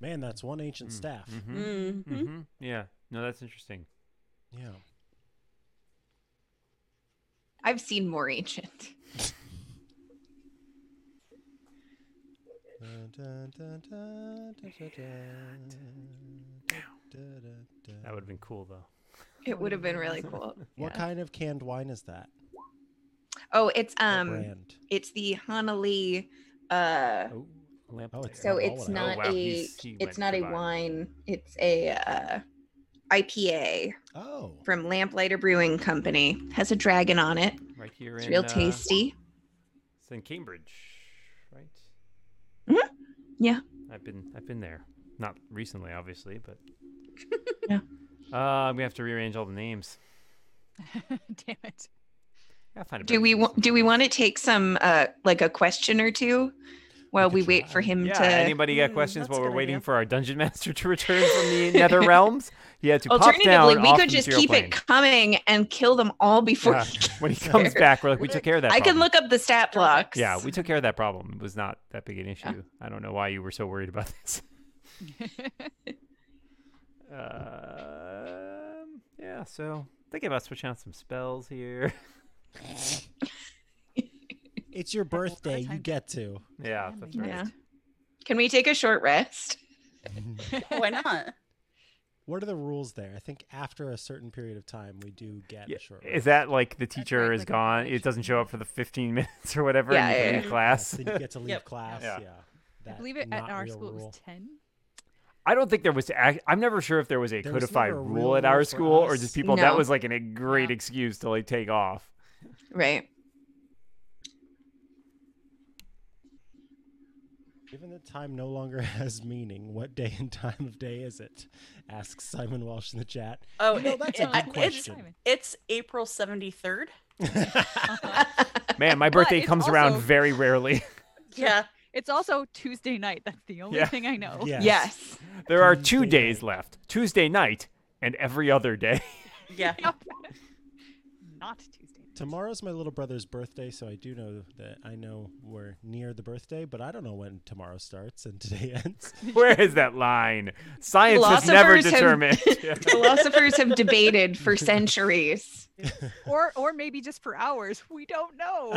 Man, that's one ancient Mm, staff. mhm, Mm-hmm. mhm. Yeah. No, that's interesting. Mm-hmm. Yeah. (laughs) I've seen more ancient. That would have been cool though. It would have been really cool. What Yeah. kind of canned wine is that? Oh, it's What um, brand? it's the Hanali. Uh, Oh, lamp. Oh, there. it's so Oh, it's wow. not Oh, wow, a he's- he went it's not a divine. wine. It's a uh, IPA Oh, from Lamplighter Brewing Company. Has a dragon on it. right here. It's in, real uh, tasty. It's in Cambridge, right? Mhm. Yeah. I've been I've been there. Not recently, obviously, but (laughs) Yeah. Uh, I'm gonna have to rearrange all the names. (laughs) Damn it. I'll find a Do better we name wa- do we sometime. want to take some uh like a question or two while could we wait try. for him Yeah, to? anybody got Mm, questions that's while a we're good waiting idea. for our dungeon (laughs) master to return from (laughs) the nether realms? He had to pop Alternatively, down. we off could the just material keep plane. it (laughs) coming and kill them all before. Yeah, he gets When he comes there. back, we're like, we took care of that. I can problem." look up the stat blocks. Yeah, we took care of that problem. It was not that big an issue. I don't know why you were so worried about this. Um, yeah, so thinking about switching out some spells here. (laughs) it's your whole birthday. You time. get (laughs) to. (laughs) yeah, Damn, that's Oh, I right. Yeah. Can we take a short rest? Why (laughs) not? what are the rules there? I think after a certain period of time, we do get Yeah, a short. Is that like the right, teacher is like a gone? It correction. doesn't show up for the 15 (laughs) minutes or whatever, Yeah, and you yeah, can yeah. leave Yes, class. then you get to leave class. Yeah. Yeah. I That believe it at not our real school it rule. was (laughs) 10. I don't think there was. ac- I'm never sure if there was a There was codified never a rule real at our rule for school or us. just people. That No. was like an, a great Yeah. excuse to like take off. Right. Given that time no longer (laughs) has meaning, what day and time of day is it? Asks Simon Walsh in the chat. Oh, You know, it- that's (laughs) a it- good I- it's, question. it's April 73rd. Man, my But birthday it's comes around also- very rarely. (laughs) Yeah. It's also Tuesday night. That's the only Yeah. thing I know. Yes. Yes. there are two Tuesday days night. left: Tuesday night and every other day. (laughs) (laughs) Yeah. Yep. Not Tuesday. night. Tomorrow's my little brother's birthday, so I do know that I know we're near the birthday, but I don't know when tomorrow starts and (laughs) today (laughs) ends. Where is that line? Science has never determined. (laughs) Philosophers Yeah. (laughs) Philosophers have debated (laughs) for centuries. Or, or maybe just for hours. We (laughs) don't know.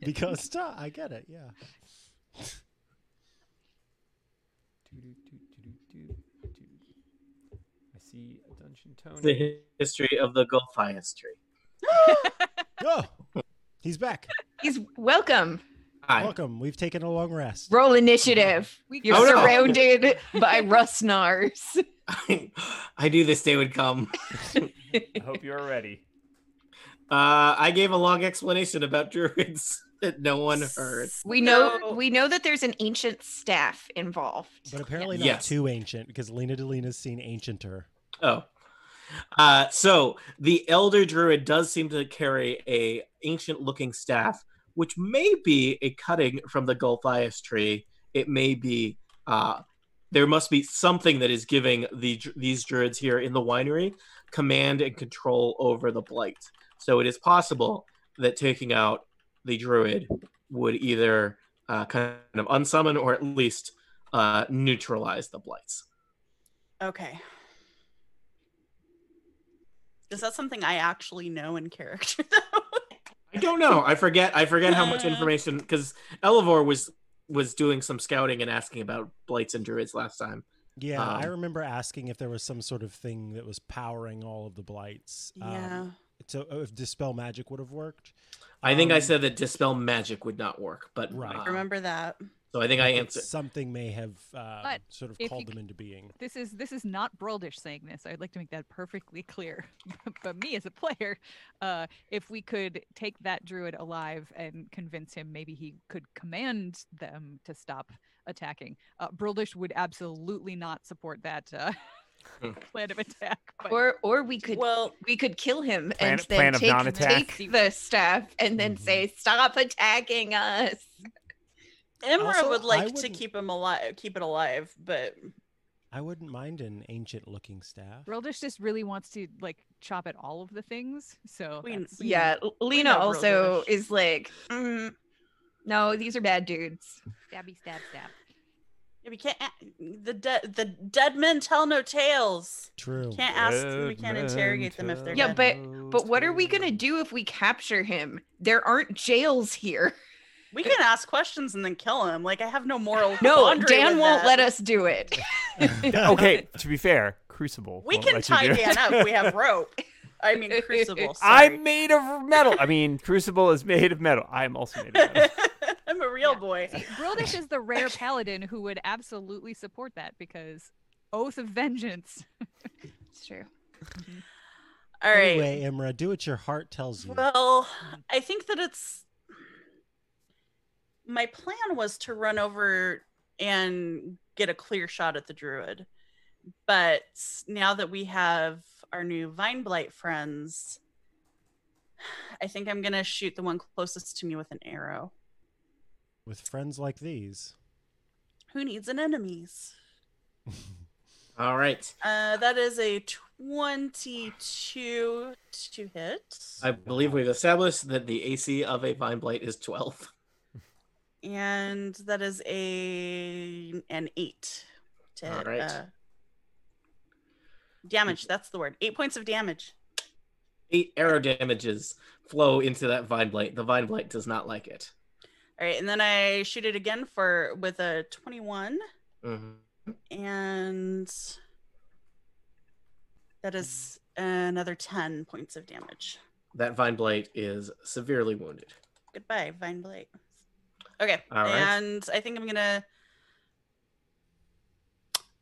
because ti- I get it, yeah. I see a dungeon the Tony. hi- history of the Gulfias tree. Oh, he's back. He's welcome. Hi. Welcome. We've taken a long rest. Roll initiative. We You're Oh, no. surrounded (laughs) by Rustnars. (laughs) I, knew this day would come. I hope you are ready. Uh, I gave a long explanation about (laughs) druids that no one heard. We know So- we know that there's an ancient staff involved. But apparently not Yes. too ancient because Lena Delina's seen ancienter. Oh. Uh, so the elder druid does seem to carry a ancient looking staff, which may be a cutting from the Gulfias tree. It may be uh, there must be something that is giving the dr- these druids here in the winery command and control over the blight. So it is possible that taking out the druid would either uh, kind of unsummon or at least uh, neutralize the blights. Okay. Is that something I actually know in character, (laughs) though? I don't know. I forget. I forget how much Yeah. information because Elevor was was doing some scouting and asking about blights and druids last time. Yeah, I Um, remember asking if there was some sort of thing that was powering all of the blights. Um, Yeah. so uh, if dispel magic would have worked. I think I Um, said that dispel magic would not work, but Right. uh, Remember that. So I think I that answered. Something may have uh, But sort of if you called c- them into being. This is this is not Broldish saying this. I'd like to make that perfectly (laughs) clear. but me as a player, uh, if we could take that druid alive and convince him, maybe he could command them to stop attacking. Uh, Broldish would absolutely not support that uh, Hmm. (laughs) plan of attack. But Or or we could Well, we could kill him Plan- and plan then of take, non-attack. take the staff and then Mm-hmm. Mhm. say, Stop attacking us. Emra Also, would I like to wouldn't- keep him alive, keep it alive, but I wouldn't mind an ancient looking staff. Broldish just really wants to like chop at all of the things. So We- that's- we- Mm-hmm. Yeah. L- Lena know also Brodish. is like, "Mm, No, these are bad dudes. stabby stab (coughs) stab. yeah, we can't. a- The de- the dead men tell no tales. True. (laughs) Can't (laughs) ask. We can't interrogate them if they're Yeah, dead. but- But what are we gonna do if we capture him? There aren't jails here. We can ask questions and then kill him. Like I have no moral. (laughs) No, quandary Dan with won't that. let us do it. (laughs) (laughs) Oh, okay, to be fair, Crucible. We won't can let you tie do it. Dan up. We have rope. I mean, crucible. (laughs) I'm sorry. made of metal. I (laughs) mean, Crucible is made of metal. I'm also made of metal. I'm a real Yeah. boy. See, Brodish is the rare paladin who would absolutely support that because oath of vengeance. It's true. All right. Anyway, Imra, do what your heart tells you. Well, I think that it's my plan was to run over and get a clear shot at the druid. But now that we have our new vine blight friends, I think I'm going to shoot the one closest to me with an arrow. With friends like (laughs) these. Who needs an enemies? All right. Uh, that is a 22 to hit. I believe we've established that the AC of a vine blight is 12. and that is a an eight to All hit, right. Mm-hmm. uh, damage. That's the word. Eight points of damage. (laughs) Eight arrow damages flow into that vine blight. The vine blight does not like it. All right, and then I shoot it again for with a twenty-one, Mm-hmm. Mhm. and that is Mm-hmm. another ten points of damage. That vine blight is severely wounded. Goodbye, Vine Blight. Okay, All right. and I think I'm gonna.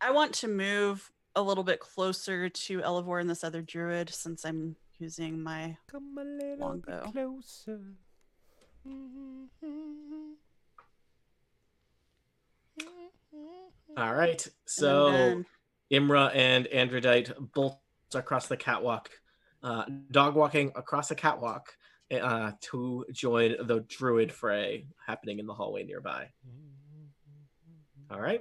I want to move a little bit closer to Elevore and this other druid since I'm using my Come a little Longbow. bit closer. Mm-hmm. All right. And I'm So done. Imra and Androdite bolt across the catwalk, uh, dog walking across the catwalk uh, to join the druid fray happening in the hallway nearby. All right.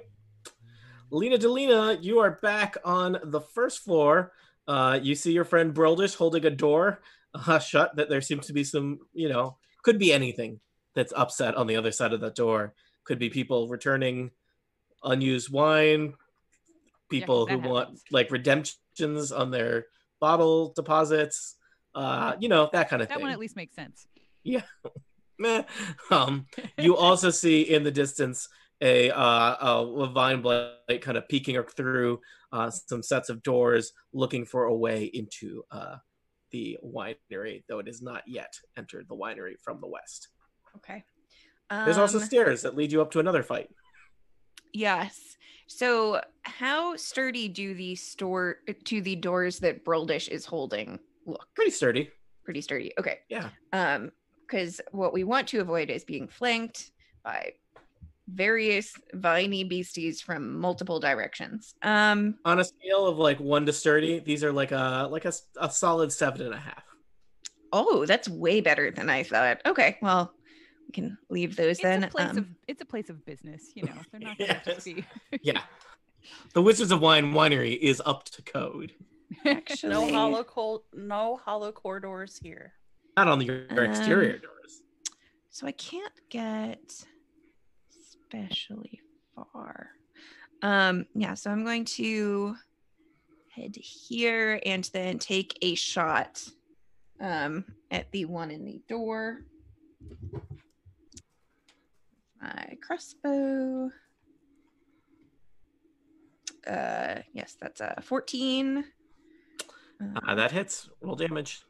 Lena Delina, you are back on the first floor. Uh, you see your friend Broldish holding a door uh, shut that there seems to be some, you know, could be anything that's upset on the other side of that door. Could be people returning unused wine, Yeah, 'cause people that who want happens. like redemptions on their bottle deposits, uh, you know, that kind of That thing. one at least makes sense. Meh. Um, (laughs) you also see in the distance a, uh, a a vine blight kind of peeking through uh, some sets of doors, looking for a way into uh, the winery, though it has not yet entered the winery from the west. Okay. There's also Um, stairs that lead you up to another fight. Yes. So, how sturdy do the store to the doors that Broldish is holding look? Pretty sturdy. Pretty sturdy. Okay. Yeah. Um, because what we want to avoid is being flanked by various viney beasties from multiple directions. Um, On a scale of like one to sturdy, these are like a like a, s- a solid seven and a half. oh, that's way better than I thought. Okay, well, we can leave those It's then. a place Um, of it's a place of business, you know. They're not gonna just Yes. be Yeah. (laughs) The Wizards of Wine Winery is up to code. (laughs) actually, no hollow col- no hollow corridors here. Not on the, your exterior Um, doors. So I can't get especially far. Um, yeah, so I'm going to head here and then take a shot um, at the one in the door. My crossbow. Uh, yes, that's a Um, 14. Uh, that hits. Roll damage.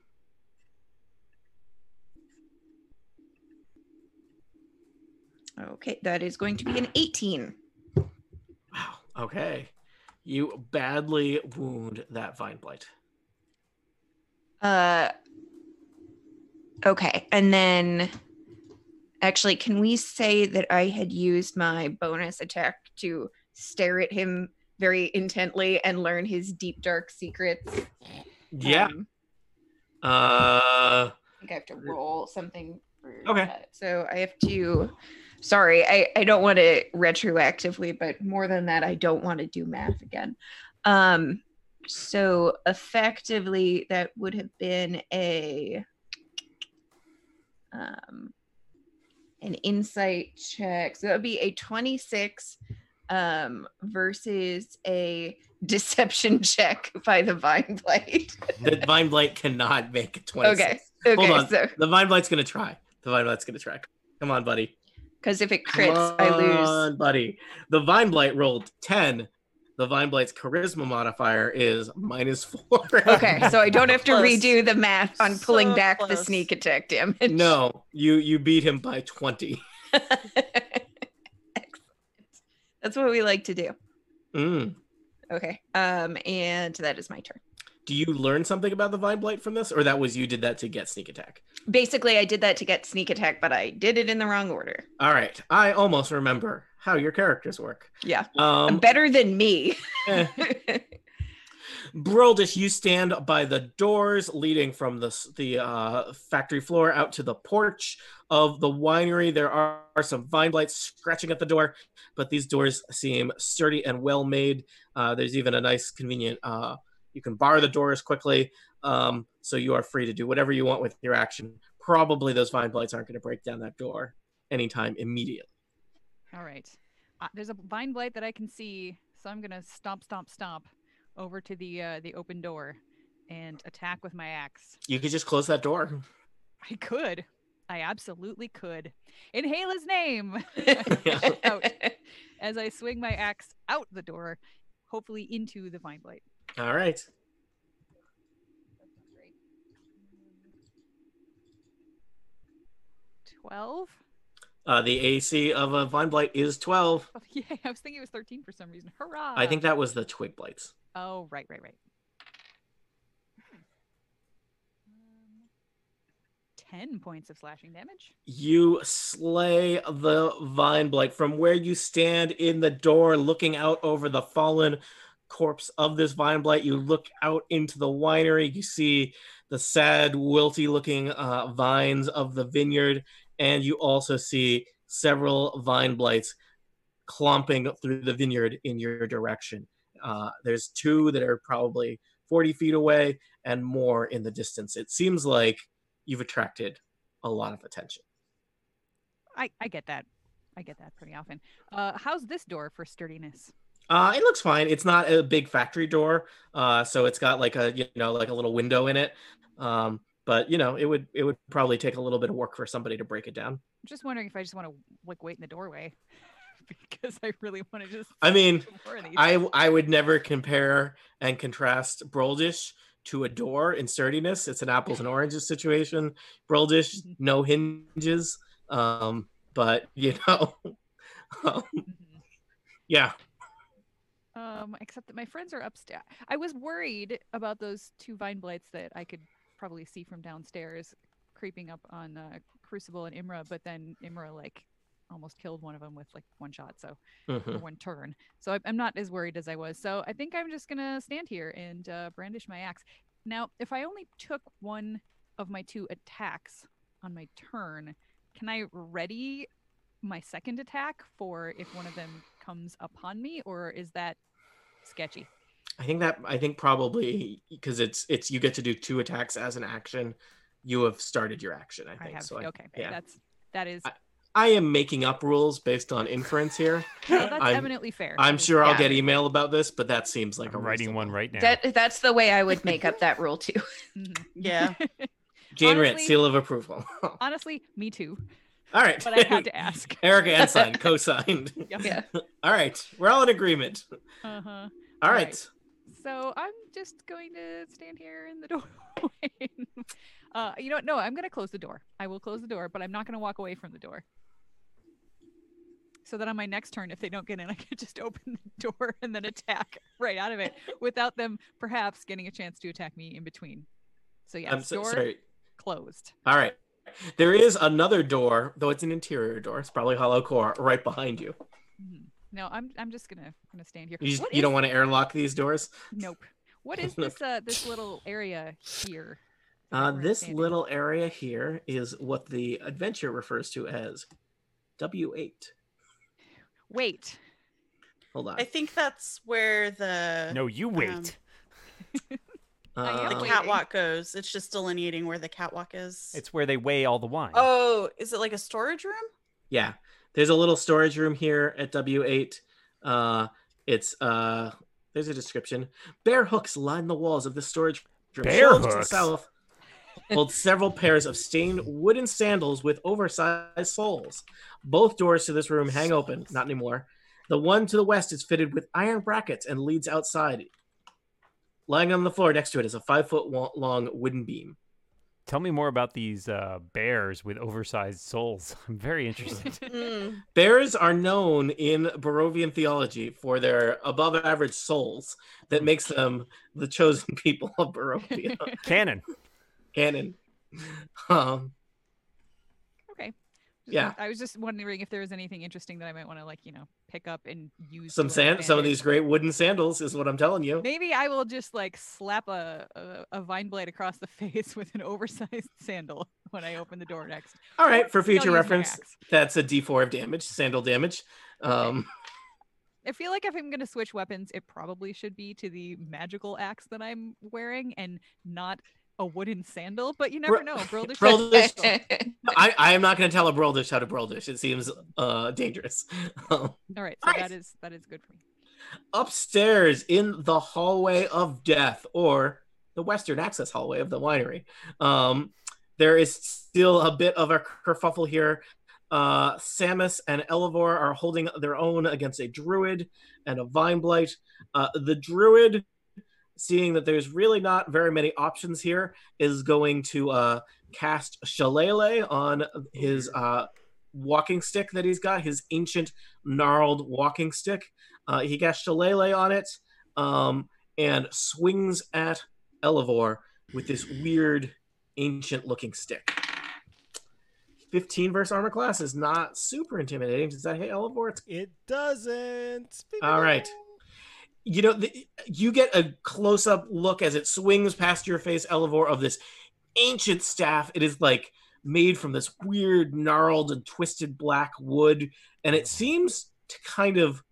Okay, that is going to be an 18. Wow. Okay. You badly wound that vine blight. Uh Okay, and then actually can we say that I had used my bonus attack to stare at him very intently and learn his deep dark secrets? Yeah. Um, Uh I think I have to roll something for Okay. that. So I have to sorry, I, I don't want to retroactively, but more than that, I don't want to do math again. Um so effectively that would have been a um an insight check. So that would be a 26 um versus a (laughs) deception check by the vine blade. the vine blight cannot make it 26. okay. Okay. on. So The vine blight's gonna try. The vine blight's gonna try. Come on, buddy. Because if it Come crits, I lose. on, buddy. The vine blight rolled 10. The vine blight's charisma modifier is minus four. Okay, so I don't have to Close. redo the math on pulling So back the close. sneak attack (laughs) damage. no, you you beat him by 20. (laughs) Excellent. That's what we like to do. Mm. Okay. Um, and that is my turn. Do you learn something about the vine blight from this? Or that was you did that to get sneak attack? Basically, I did that to get sneak attack, but I did it in the wrong order. All right. I almost remember how your characters work. Yeah. Um Better than me. (laughs) eh. Broldish, you stand by the doors leading from the s- the uh, factory floor out to the porch of the winery. There are, are some vine blights scratching at the door, but these doors seem sturdy and well made. Uh, there's even a nice, convenient. Uh, you can bar the doors quickly, um, so you are free to do whatever you want with your action. Probably those vine blights aren't going to break down that door anytime immediately. (laughs) All right. Uh, there's a vine blight that I can see, so I'm gonna stomp, stomp, stomp over to the uh, the open door and attack with my axe. You could just close that door. I could. I absolutely could. In Hela's name, (laughs) Out. as I swing my axe out the door, hopefully into the vine blight. All right. Twelve. Uh, the AC of a vine blight is twelve. Oh, (laughs) yeah, I was thinking it was thirteen for some reason. Hurrah! I think that was the twig blights. Oh, right, right, right. Um, Ten points of slashing damage. You slay the vine blight from where you stand in the door, looking out over the fallen corpse of this vine blight. You look out into the winery. You see the sad, wilty looking uh, vines of the vineyard, and you also see several vine blights clomping through the vineyard in your direction. Uh, there's two that are probably 40 feet away and more in the distance. It seems like you've attracted a lot of attention. I I get that. I get that pretty often. Uh, how's this door for sturdiness? Uh, it looks fine. It's not a big factory door, uh, so it's got like a you know like a little window in it. Um, but you know, it would it would probably take a little bit of work for somebody to break it down. I'm just wondering if I just want to like wait in the doorway (laughs) because I really want to just. I (laughs) mean, explore these. I I would never compare and contrast Broldish to a door in sturdiness. It's an apples and oranges situation. Broldish, no hinges. Um, but you know, (laughs) um, Mhm. yeah. Um, except that my friends are upstairs. I was worried about those two vine blights that I could probably see from downstairs creeping up on uh, Crucible and Imra, but then Imra like almost killed one of them with like one shot, so Mhm. or one turn. So I- I'm not as worried as I was. So I think I'm just gonna stand here and uh, brandish my axe. Now, if I only took one of my two attacks on my turn, can I ready my second attack for if one of them comes upon me, or is that sketchy? I think that I think probably because it's it's you get to do two attacks as an action. You have started your action. I I think have so. I, okay. yeah. That's that is I am making up rules based on inference (laughs) here. no, that's I'm- eminently fair. I'm sure I'll Yeah. get email about this, but that seems like a I'm writing reasonable- one right now. that that's the way I would make up that rule (laughs) too. Mhm. Yeah. Jane Rant, Honestly- seal of approval. (laughs) All (laughs) Honestly, me too, right. but I had to ask. (laughs) Erica (laughs) Ensign co-signed. Yeah. All right, we're all in agreement. Uh huh. All All right. right. So I'm just going to stand here in the (laughs) doorway. uh, you know, what? no, I'm going to close the door. I will close the door, but I'm not going to walk away from the door. so that on my next turn, if they don't get in, (laughs) I could just open the door and then attack right out of it without them perhaps getting a chance to attack me in between. So yeah, I'm so, door sorry. closed. All right. There is another door, though it's an interior door. It's probably hollow core right behind you. Mhm. No, I'm I'm just gonna gonna stand here. You, just, What you is- don't want to airlock these doors. Nope. (laughs) What is this uh this little area here? that Uh, we're this standing? little area here is what the adventure refers to as W8. wait. Hold on. (laughs) I think that's where the No, you wait. I am the Um, waiting. catwalk goes. It's just delineating where the catwalk is. It's where they weigh all the wine. oh, is it like a storage room? yeah there's a little storage room here at w8 uh it's uh there's a description bear hooks line the walls of the storage room Bear Shelves to the hooks? south hold several pairs of stained wooden sandals with oversized soles both doors to this room hang open not anymore the one to the west is fitted with iron brackets and leads outside lying on the floor next to it is a five foot wa- long wooden beam Tell me more about these uh, bears with oversized soles. (laughs) I'm very (laughs) interested. Hmm. Mm. Bears are known in Barovian theology for their above average souls that makes them the chosen (laughs) people of (laughs) Barovia Canon. canon. Um, Okay. Just Yeah. want- I was just wondering if there was anything interesting that I might want to like, you know, pick up and use. some to our sand, some of advantage. these great wooden sandals is what I'm telling you. Maybe I will just like slap a, a a vine blade across the (laughs) face with an oversized (laughs) sandal when I open the door next. All right, for Don't use future my reference, axe. that's a D4 of damage, sandal damage. Um, (laughs) I feel like if I'm going to switch weapons, it probably should be to the magical axe that I'm wearing and not a wooden sandal, but you never Bro- (laughs) know. Broldish Broldish- I, I am not going to tell a Broldish how to Broldish. It seems uh, dangerous. (laughs) Um, All right, so Nice. that is that is good for me. upstairs in the hallway of death or the western access hallway of the winery um, there is still a bit of a kerfuffle here uh, samus and elivor are holding their own against a druid and a vine blight uh, the druid seeing that there's really not very many options here is going to uh, cast shillelagh on his uh, walking stick that he's got his ancient gnarled walking stick uh, he casts Shillelagh on it um, and swings at Elivor with this weird, ancient looking stick. 15 versus armor class is not super intimidating. Does that hit Elivor? It's, It doesn't. All right. you know, the, you get a close up look as it swings past your face, Elivor, of this ancient staff. It is like made from this weird, gnarled, and twisted black wood. And it seems to kind of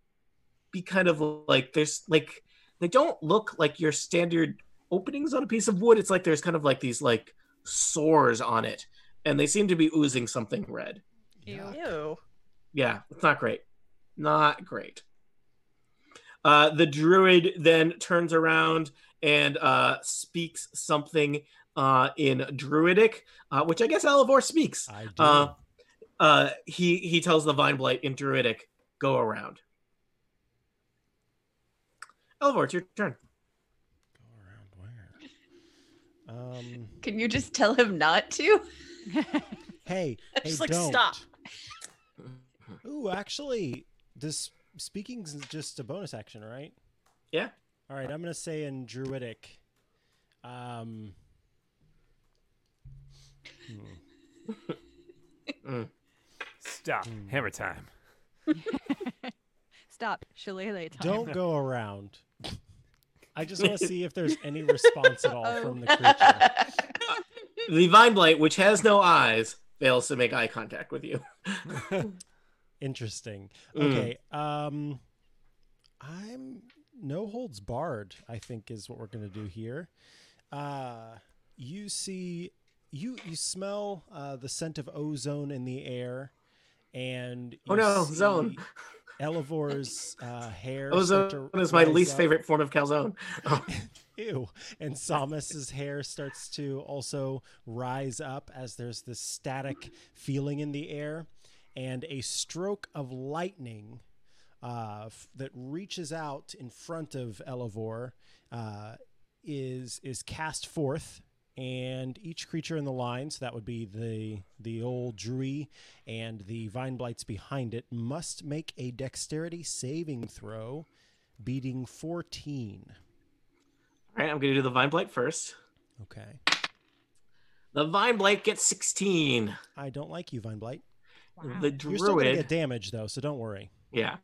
be kind of like there's like they don't look like your standard openings on a piece of wood. It's like there's kind of like these like sores on it, and they seem to be oozing something red. Ew. Ew. Yeah, it's not great. Not great. Uh, the druid then turns around and uh, speaks something uh, in druidic, uh, which I guess Alivor speaks. I do. Uh, Uh, he he tells the vine blight in druidic, "Go around." Alivor, it's your turn. Go around where? Um. Can you just tell him not to? (laughs) Hey, hey, Just, like, (laughs) don't. stop. Ooh, actually, this speaking's just a bonus action, right? Yeah. All right, I'm gonna say in Druidic. Um. hmm. Stop. Hammer time. (laughs) Stop, shillelagh time. Don't go around. I just (laughs) want to see if there's any response at all from the creature. That's The vine blight, which has no eyes, fails to make eye contact with you. Interesting. Mm. Okay. Um, I'm no holds barred. I think is what we're gonna do here. Uh, you see, you you smell uh, the scent of ozone in the air, and Oh you no, see zone. Elevor's uh, hair. start Hmm. Ozone to is my rise least up. favorite form of calzone. Ew. And Samus's hair starts to also rise up as there's this static feeling in the air. And a stroke of lightning uh, f- that reaches out in front of Elevor uh, is, is cast forth and each creature in the line, so that would be the the old Drui and the vine blights behind it, must make a dexterity saving throw, beating 14. All right, I'm going to do the Vine Blight first. Okay. The Vine Blight gets 16. I don't like you, Vine Blight. Wow. The You're still going to Druid. get damage, though, so don't worry. yeah.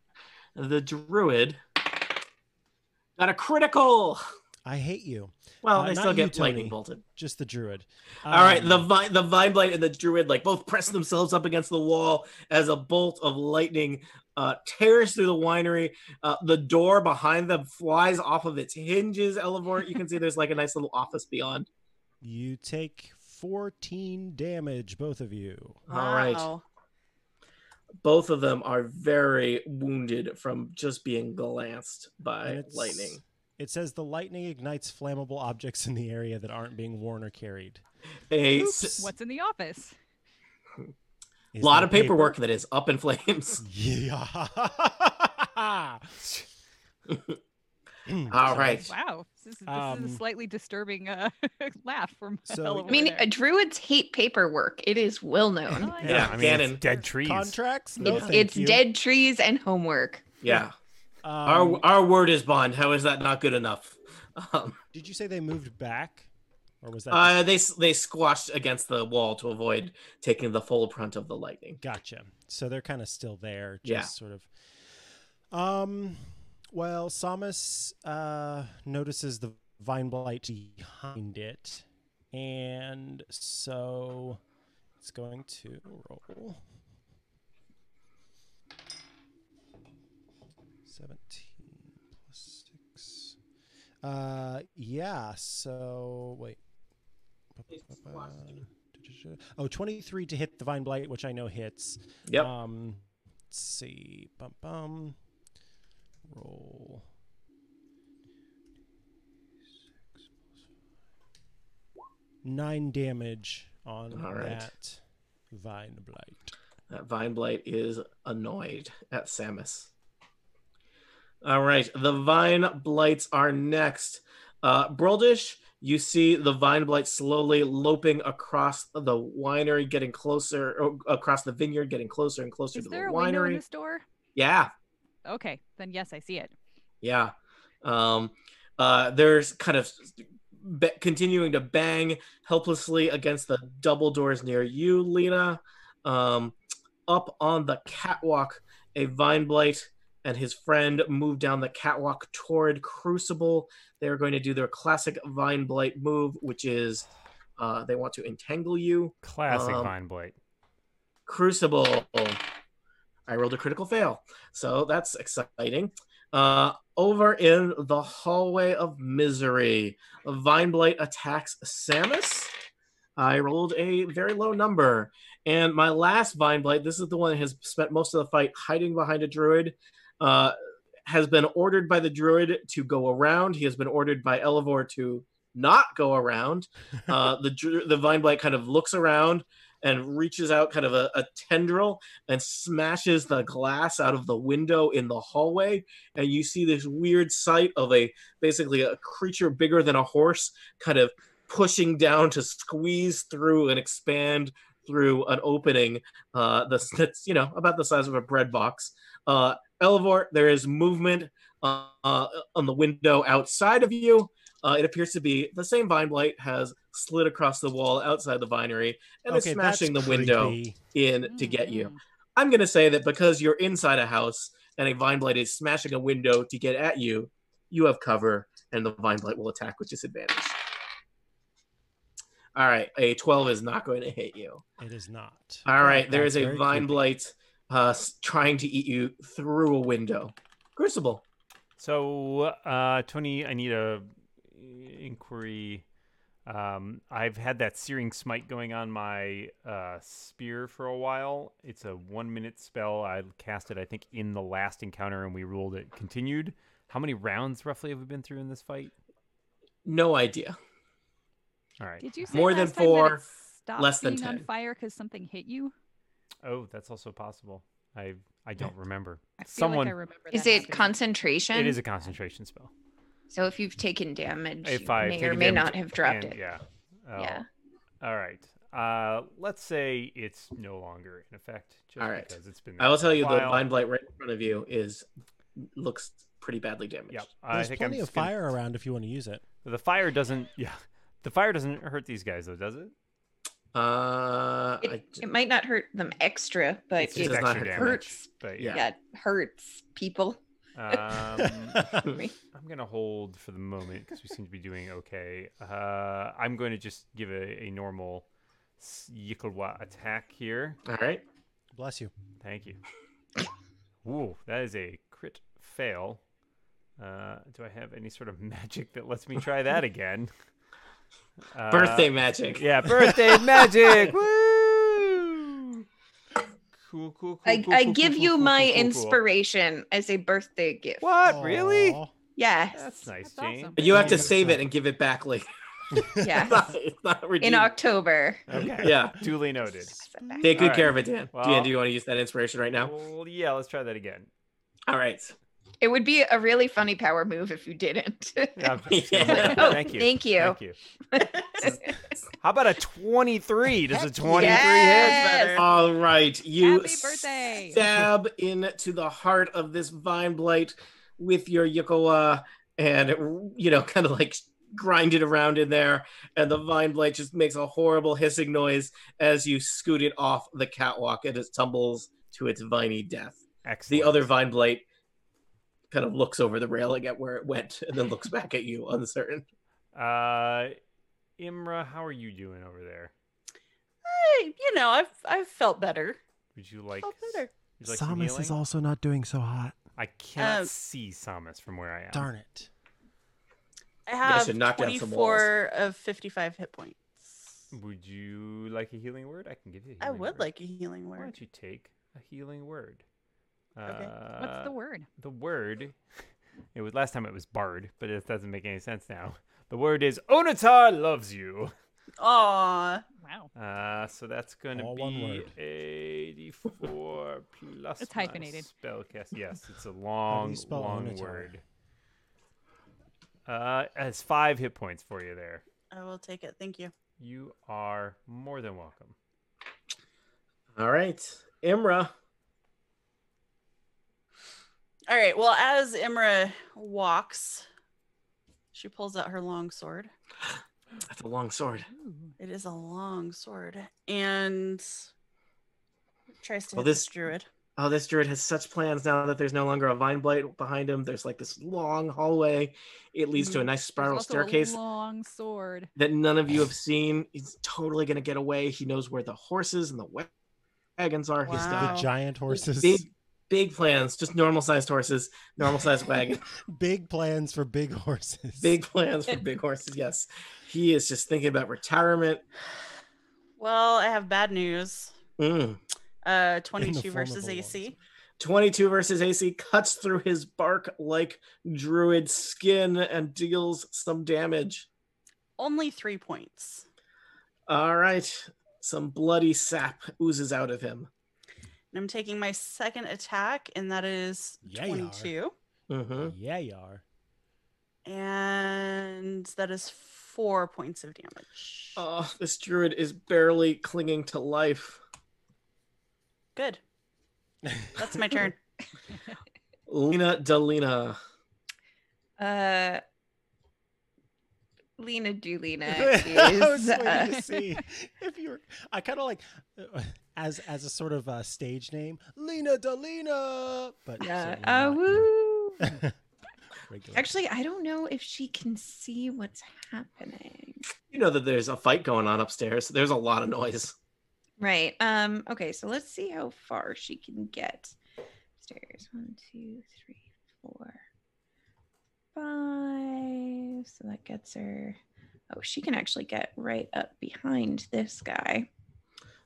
The Druid got a critical. I hate you. Well, Uh, they not still you, get Tony. lightning bolted. Just the Druid. All right, Um, the vine, the vine blight and the druid like both press themselves up against the wall as a bolt of lightning uh, tears through the winery. Uh, the door behind them flies off of its hinges. Elevore, you can see there's like a nice little office beyond. You take 14 damage, both of you. All right, Wow. both of them are very wounded from just being glanced And by it's- Uh, lightning. It says the lightning ignites flammable objects in the area that aren't being worn or carried. A Oops, s- What's in the office? Is lot there of paperwork that is up in (laughs) flames. (laughs) paper? Yeah. All right. Wow, this is, this is Um, a slightly distumbing uh, (laughs) laugh from So- Hell I mean, over uh, there. druids hate paperwork. It is well known. Oh, Yeah, I mean, it's Ganon. dead trees. Contracts? No, It's, thank it's you. dead trees and homework. Yeah, Um, our our word is bond. How is that not good enough? (laughs) Um, Did you say they moved back? Or was that. Uh, they s- they squashed against the wall to avoid taking the full brunt of the lightning. Gotcha. So they're kind of still there, just Yeah. sort of. Um, well, Samus uh, notices the vine blight behind it, and so it's going to roll. 17 plus 6. Uh, yeah, so wait. Oh, 23 to hit the Vine Blight, which I know hits. Yep. Um, let's see. Bum bum. Roll. Nine damage on All right. that vine blight. That vine blight is annoyed at Samus. All right, the vine blights are next. Uh, Broldish, you see the vine blight slowly loping across the winery, getting closer, or across the vineyard, getting closer and closer is to the there a window in winery. this door? Yeah, Okay, then yes, I see it. Yeah. Um, uh, there's kind of b- continuing to bang helplessly against the double doors near you, Lena. Um, up on the catwalk, a vine blight and his friend move down the catwalk toward Crucible. They are going to do their classic vine blight move, which is uh, they want to entangle you. Classic Um, vine blight. Crucible. I rolled a critical fail. So that's exciting. Uh, over in the hallway of misery, Vine Blight attacks Samus. I rolled a very low number. And my last Vine Blight, this is the one that has spent most of the fight hiding behind a druid, uh, has been ordered by the druid to go around. He has been ordered by Elevor to not go around. Uh, the, dru- the Vine Blight kind of looks around and reaches out kind of a, a tendril and smashes the glass out of the window in the hallway and you see this weird sight of a basically a creature bigger than a horse kind of pushing down to squeeze through and expand through an opening uh, that's, (laughs) that's you know about the size of a bread box uh, elevor there is movement uh, uh, on the window outside of you uh, it appears to be the same vine blight has slid across the wall outside the vinery and is that's smashing the window creepy. in to get you. Mm, I'm going to say that because you're inside a house and a vine blade is smashing a window to get at you, you have cover and the vine blade will attack with disadvantage. All right, a 12 is not going to hit you. It is not. All right, That's there is a very vine creepy. blight uh, s- trying to eat you through a window. Crucible. So, uh, Tony, I need a inquiry. Um, I've had that searing smite going on my uh, spear for a while. It's a one minute spell. I cast it, I think, in the last encounter, and we ruled it continued. How many rounds roughly have we been through in this fight? No idea. All right. Did you say More than last time that it four, stopped less than being on 10. fire because something hit you? Oh, that's also possible. I I don't remember. I feel Someone. like I remember. Is that it happening. concentration? it is a concentration spell. So if you've taken damage, If you I may take or may advantage not have dropped and- it. Yeah. Oh, Yeah. All right. Uh, let's say it's no longer in effect. Just All right. Because it's been. I will tell you the while. vine blight right in front of you is looks pretty badly damaged. Yep. I There's think plenty I'm of just gonna- fire around if you want to use it. The fire doesn't. Yeah. The fire doesn't hurt these guys though, does it? Uh, It, I- it might not hurt them extra, but it's it just does not extra hurt. damage. hurts. But Yeah. Yeah. hurts people. Um, (laughs) Me. I'm gonna hold for the moment because we seem to be doing okay. Uh, I'm going to just give a, a normal s- Yikalwa attack here. all right. Bless you. Thank you. Ooh, that is a crit fail. Uh, do I have any sort of (laughs) magic that lets me try that again? Uh, Birthday magic. Yeah, birthday (laughs) magic. Woo! Cool, cool, cool. I, cool, I cool, give cool, you cool, my cool, cool, cool. inspiration as a birthday gift. What? Really? Aw. Yes. That's nice, That's Jane. awesome. You have to Yeah. save it and give it back later. (laughs) (laughs) Yeah. it's not In redeemed. October. Okay. yeah. Duly noted. Take good All care right. of it, Dan. Well- Dan, do you want to use that inspiration right now? Well, yeah, let's try (laughs) that again. All right. It would be a really funny power move if you didn't. (laughs) Yeah, I'm just gonna Yeah. say, Oh, (laughs) Thank you. thank you. Thank you. (laughs) How about a 23? Does a Heck 23 yes. hit? All right. You Happy birthday. stab into the heart of this vine blight with your Yokoa and, you know, kind of like grind it around in there. And the vine blight just makes a horrible hissing noise as you scoot it off the catwalk and it tumbles to its viney death. Excellent. The other vine blight kind of looks over the railing at where it went and then looks back at you, uncertain. Uh, Imra, how are you doing over there? Hey, you know, I've I've felt better. Would you like? Felt better. would you like some healing? also not doing so hot. I cannot Um, see Samus from where I am. Darn it. I guys have should knock down some walls. 24 of 55 hit points. Would you like a healing word? I can give you. A I healing would word. like a healing Why word. don't you take a healing word? Okay. Uh, What's the word? The word. (laughs) It was last time it was bard, but it doesn't make any sense now. The word is Onatar loves you. Aw. Wow. Uh, so that's going to All be one word. (laughs) 84 plus. It's my hyphenated. (laughs) Spellcast. Yes, it's a long, spell long Onatar? word. Uh, it's five hit points for you there. I will take it. Thank you. You are more than welcome. All right. Imra. All right. Well, as Imra walks, she pulls out her long sword. That's a long sword. Ooh. It is a long sword and tries to Well, hit this... this- druid. Oh, this druid has such plans now that there's no longer a vine blight behind him. There's like this long hallway. It leads to a nice Mm-hmm. spiral There's also a staircase long sword. that none of you have seen. He's totally going to get away. He knows where the horses and the wa- wagons are. He's Wow. got The giant horses. Oh. big, Big, big plans, just normal sized horses, normal (laughs) sized wagons, plans for (laughs) big horses. big plans (laughs) for big horses. Yes. He is just thinking about retirement. Well, I have bad news. Mm. Uh, form 22 of versus a long AC. sword. 22 versus AC cuts through his bark like druid skin and deals some damage. Only three points. All right. Some bloody sap oozes out of him. And I'm taking my second attack, and that is Yeah, you are. 22. hmm Yeah, you are. And that is four points of damage. Oh, this druid is barely clinging to life. Good. (laughs) That's my turn. Lena Delina. Uh, (laughs) Lena Dulina I was is. waiting to uh, see if you were. I kind of like uh, as as a sort of uh, stage name, Lena Delina. But yeah. certainly Oh, Uh, not woo. your (laughs) regular- Actually, I don't know if she can see what's happening. You know that there's a fight going on upstairs. There's a lot of noise. Right. Um. Okay. So let's see how far she can get. Stairs. One, two, three, four, five. So that gets her. Oh, she can actually get right up behind this guy.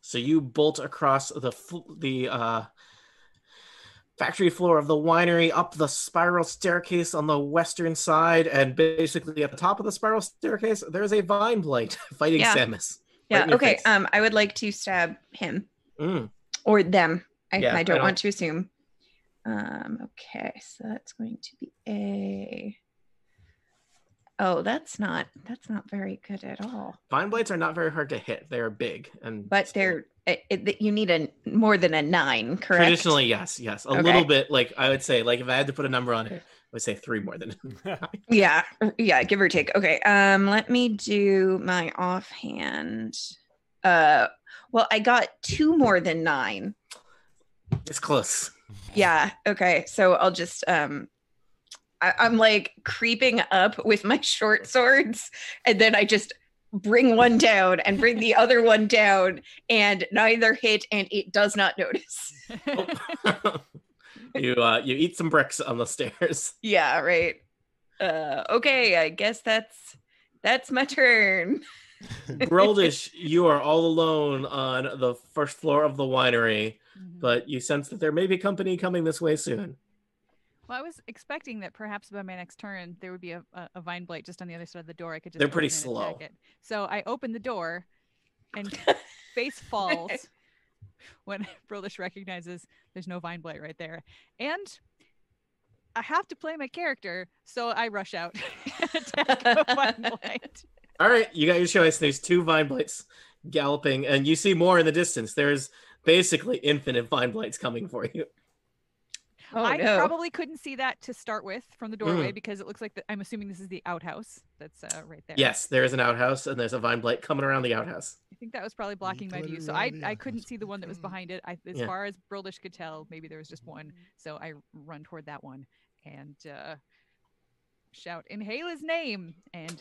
So you bolt across the fl- the uh, factory floor of the winery up the spiral staircase on the western side, and basically at the top of the spiral staircase, there's a vine blight (laughs) fighting Yeah. Samus. Right Yeah. in your okay. face. Um. I would like to stab him Mm. or them. I, Yeah, I don't I want to assume. Um. Okay. So that's going to be a. Oh, that's not that's not very good at all. Vine blades are not very hard to hit. They are big and But still- they're it, it, you need a more than a nine, correct? traditionally yes, yes, a Okay. little bit. Like I would say, like if I had to put a number on it, I would say three more than. (laughs) Yeah, r- yeah, give or take. Okay. Um, let me do my offhand. Uh, well, I got two more than nine. it's (laughs) close. (laughs) Yeah. Okay. So I'll just um, I- I'm like creeping up with my (laughs) short swords, and then I just bring one down and bring the other one down, and neither hit, and it does not notice. (laughs) (laughs) you uh, you eat some bricks on the stairs. Yeah. Right. Uh, okay. I guess that's that's my turn. Groldish, you are all alone on the first floor of the winery, Mhm. but you sense that there may be company coming this way soon. Well, I was expecting that perhaps by my next turn there would be a, a, a vine blight just on the other side of the door. I could just They're pretty open and attack slow. it. So I open the door, (laughs) and face falls when (laughs) Brolish recognizes there's no vine blight right there, and I have to play my character, so I rush out. (laughs) and attack the (laughs) vine blight. All right, you got your choice. There's two vine blights galloping, and you see more in the distance. There's basically infinite vine blights coming for you. Oh I no. probably couldn't see that to start with from the doorway Mm. because it looks like the, I'm assuming this is the outhouse that's uh, right there. Yes, there is an outhouse, and there's a vine blight coming around the outhouse. I think that was probably blocking my view. So Literally I, the I couldn't outhouse. see the one that was behind it. I, as Yeah. far as Brolish could tell, maybe there was just one. So I run toward that one and uh, shout, inhale his name and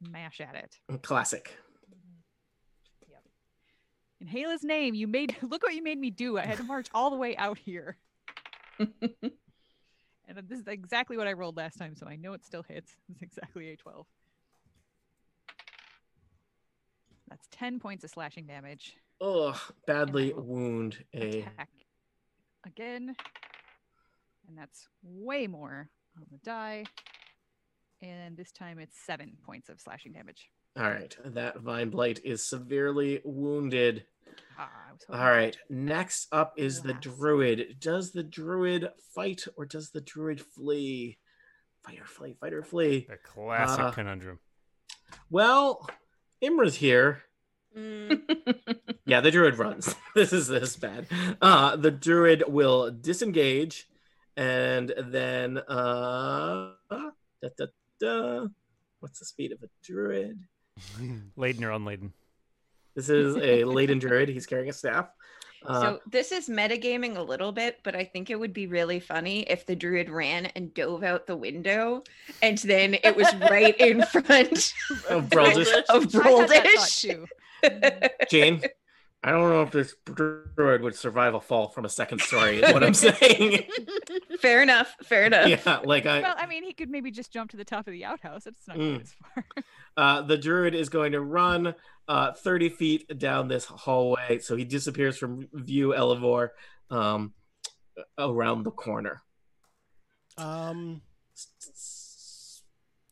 smash at it. Classic. Yep. Inhale his name. You made, (laughs) look what you made me do. I had to march all the way out here. And this is exactly what I rolled last time. So I know it still hits. (laughs) It's exactly a 12. That's 10 points of slashing damage. Ugh, badly will wound a. attack again. And that's way more on the die. And this time it's seven points of slashing damage. All right, that vine blight is severely wounded. Ah, I was hoping All right, next up is the Last. druid. Does the druid fight or does the druid flee? Fight or flee, fight or flee. The classic Uh, conundrum. Well, Imra's here. Mm, Yeah, the druid runs. (laughs) this is this is bad. Uh, the druid will disengage, and then uh, da, da, da. what's the speed of a druid? Laden or unladen. This is a laden druid. He's carrying a staff. Uh, So this is metagaming a little bit, but I think it would be really funny if the druid ran and dove out the window, and then it was right in (laughs) front oh, (laughs) bro, just- of I had that Mm-hmm. thought Broldish. too. Jane, I don't know if this droid would survive a fall from a second story. Is what I'm saying. (laughs) fair enough. Fair enough. yeah, like Well, I, I mean, he could maybe just jump to the top of the outhouse. It's not Mm. quite as far. uh, the druid is going to run uh, 30 feet down this hallway, so he disappears from view, Elevor, um, around the corner. (laughs) (laughs) um,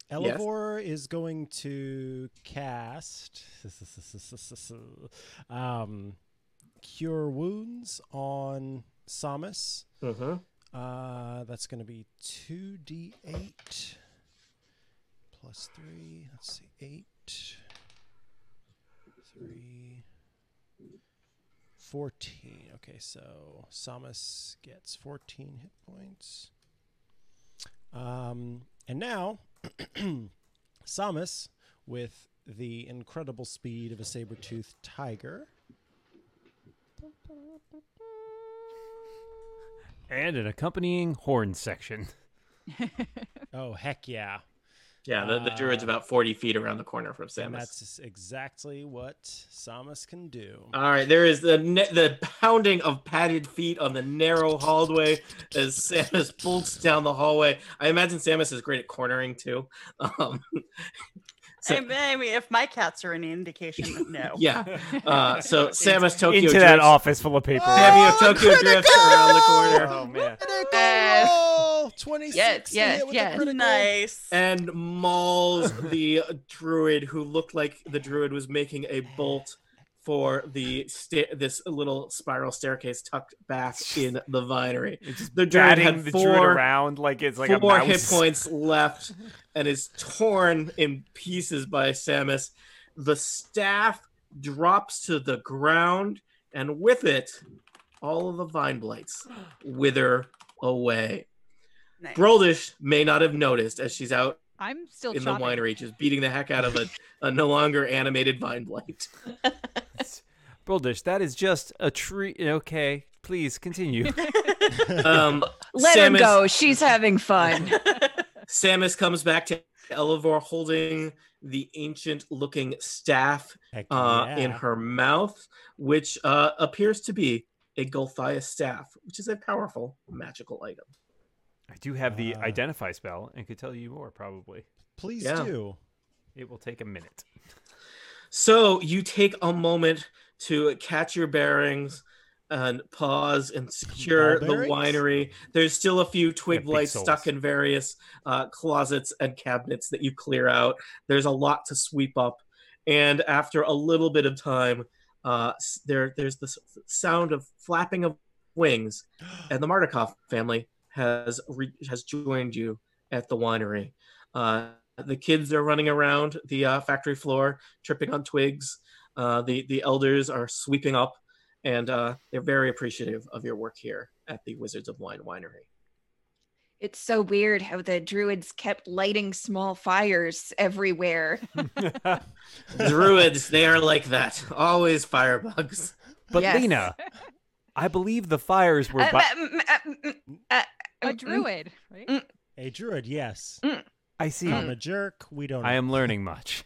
Elevor is going to cast (laughs) um, Cure Wounds on Samus. hmm Mm-hmm. Uh, that's going to be 2d8 plus 3. Let's see, 8, 3, 14. Okay, so Samus gets 14 hit points. Um, and now, (clears throat) Samus, with the incredible speed of a saber toothed tiger. And an accompanying horn (laughs) section. Oh, heck yeah. Yeah, the, the druid's Uh, about 40 feet around the corner from And Samus. that's exactly what Samus can do. All right, there is the ne- the pounding of padded feet on the narrow hallway as Samus bolts down the hallway. I imagine Samus is great at cornering too. Um, I mean, I mean, if my cats are any indication, no. yeah. Uh, so Samus Tokyo (laughs) Into that drifts- office full of paper. Samus Tokyo drifts around the corner. Oh man. Critical Uh, roll! 26 yes, to yes, hit with yes. the critical. (laughs) Nice. and (laughs) mauls the druid who looked like the druid was making a bolt for the sta- this little spiral staircase tucked back in the vinery. It's just The druid batting had the druid four around like it's like a four mouse. hit points left and is torn in pieces by Samus. The staff drops to the ground, and with it, all of the vine blights wither away. Nice. (laughs) Broldish may not have noticed as she's out I'm still in the chopping. winery, just beating the heck out of a, a no longer animated vine blight. Broldish, that is just a tree. Okay, please continue. Um, Let Samus- her go. She's (laughs) having fun. Samus comes back to Elevor holding the ancient looking staff Heck uh, in yeah. her mouth, which uh, appears to be a Golthias staff, which is a powerful magical item. (laughs) I do have the Uh. identify spell and could tell you more probably. Please Yeah. do. It will take a (laughs) minute. So you take a moment to catch your bearings and pause and secure Ball the bearings? winery. There's still a few twig Yeah, big lights stuck souls. in various uh, closets and cabinets that you clear out. There's a lot to sweep up, and after a little bit of time, uh, s- there there's the s- sound of flapping of (gasps) wings, and the Mardikoff family has re- has joined you at the winery. Uh, the kids are running around the uh, factory floor, tripping on twigs. Uh, the the elders are sweeping up, and uh, they're very appreciative of your work here at the Wizards of Wine Winery. It's so weird how the druids kept lighting small fires everywhere. but Druids, they are like that. Always firebugs. Yes. Lena, I believe the fires were. Uh, Bi- mm, mm, mm, uh, A mm, mm. druid, right? Mm. A druid, yes. I Mm. see. I'm a jerk. We don't. I am learning much.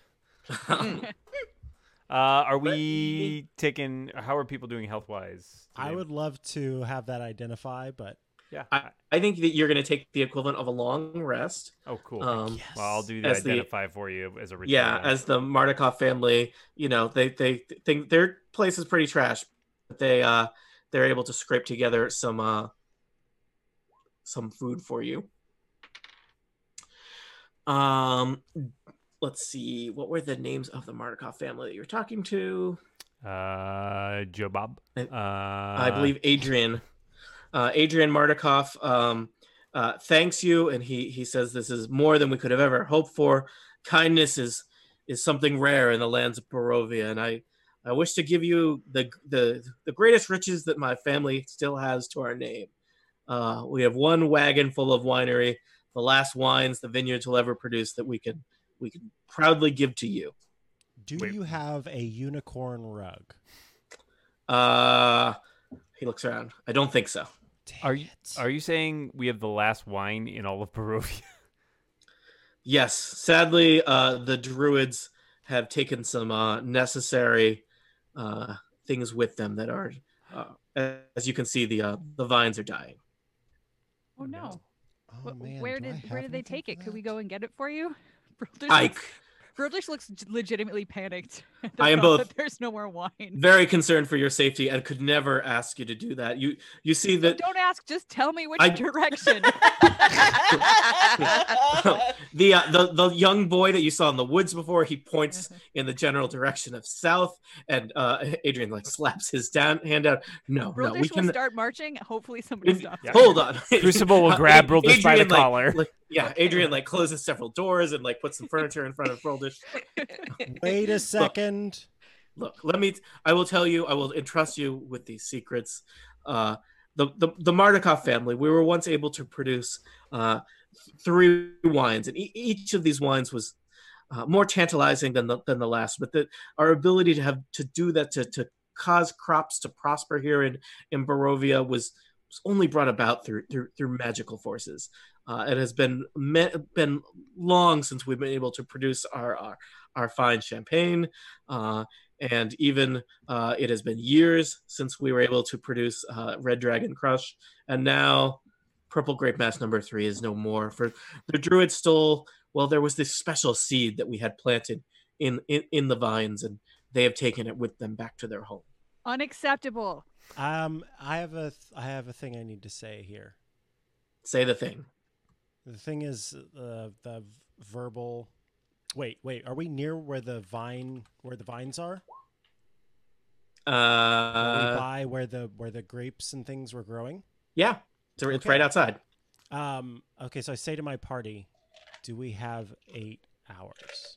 Hmm. Mm. Uh, are we taking? How are people doing health wise? I would love to have that identify, but Yeah. I, (laughs) I think that you're going to take the equivalent of a long rest. oh, cool. Um, Yes. well, I'll do the as the- identify for you as a ritual. yeah, then. as the Mardikoff family, you know, they they think their place is pretty trash, but they uh they're able to scrape together some uh some food for you. Um let's see, what were the names of the Mardikoff family that you were talking to? uh, Joe Bob. I- Uh, I believe Adrian. Uh, Adrian Mardikoff um, uh, thanks you, and he he says this is more than we could have ever hoped for. Kindness is is something rare in the lands of Barovia, and I I wish to give you the the the greatest riches that my family still has to our name. Uh, we have one wagon full of winery, the last wines the vineyards will ever produce that we can we can proudly give to you. do Wait. you have a unicorn rug? Uh, he looks around. I don't think so. Dang Are you- it. Are you saying we have the last wine in all of Barovia? Yes, sadly, uh, the druids have taken some uh, necessary uh, things with them that are, uh, as you can see, the uh, the vines are dying. (laughs) Oh no. Oh, Wh- man, where do I did where have did they anything take for it? Could we that? go and get it for you? Brodish Ike, looks- Brodish looks j- legitimately panicked. (laughs) at the I am thought both- that There's no more wine. very concerned for your safety, and could never ask you to do that. You you see that Don't ask. Just tell me which I- (laughs) (laughs) direction. the, uh, the the young boy that you saw in the woods before he (laughs) points in the general direction of south, and uh, Adrian like slaps his down, hand out. No, no, we Brodish will can start marching. Hopefully, somebody If- stops. Yeah. him. (laughs) hold on. (laughs) Crucible (laughs) will Uh, grab Ad- Broldish by the Adrian, like- collar. like- yeah, Adrian like closes several doors and like puts some furniture in front of Broldish. Wait a second. Look, let me. I will tell you. I will entrust you with these secrets. Uh, the the the Mardikoff family. We were once able to produce uh, three wines, and e- each of these wines was. Uh, more tantalizing than the than the last, but that our ability to have to do that to to cause crops to prosper here in in Barovia was, was only brought about through through through magical forces. Uh, it has been me- been long since we've been able to produce our our, our fine champagne, uh, and even uh, it has been years since we were able to produce uh, Red Dragon Crush, and now Purple Grape Mass Number Three is no more. For the Druid stole. Well, there was this special seed that we had planted in in, in the vines, and they have taken it with them back to their home. Unacceptable. Um, I have a th- I have a thing I need to say here. Say the thing. The thing is, uh, the v- verbal. Wait, wait. Are we near where the vine where the vines are? Uh, by where the where the grapes and things were growing. yeah, it's, it's Okay. right outside. Um, okay, so I say to my party, "Do we have eight hours?"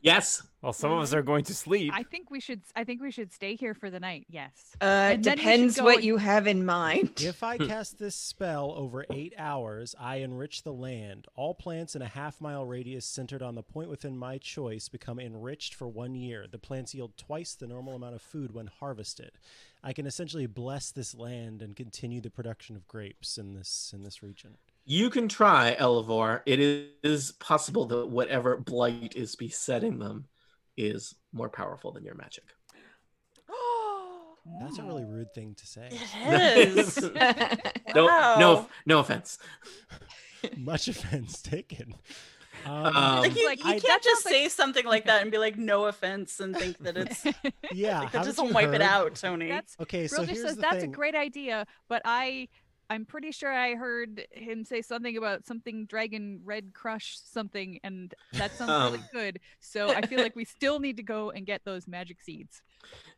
Yes. Well, some of us are going to sleep. I think we should. I think we should stay here for the night. Yes. Uh, And then we should depends go what and- you have in mind. If I Hmm. cast this spell over eight hours, I enrich the land. All plants in a half mile radius centered on the point within my choice become enriched for one year. The plants yield twice the normal amount of food when harvested. I can essentially bless this land and continue the production of grapes in this in this region. You can try, Elevor. It is possible that whatever blight is besetting them is more powerful than your magic. That's a really rude thing to (laughs) say. It (laughs) is. no, Wow. no, no offense. Much offense taken. Um, Uh, Um, (laughs) like you, Like, you I- can't that just sounds like- say something like that and be like, no offense, and think that it's yeah, like, that haven't doesn't you wipe heard? it out, Tony. That's Okay, so Bril here's just says the that's thing. a great idea, but I I'm pretty sure I heard him say something about something dragon red crush something and that sounds really Um. good. So I feel like we still need to go and get those magic seeds.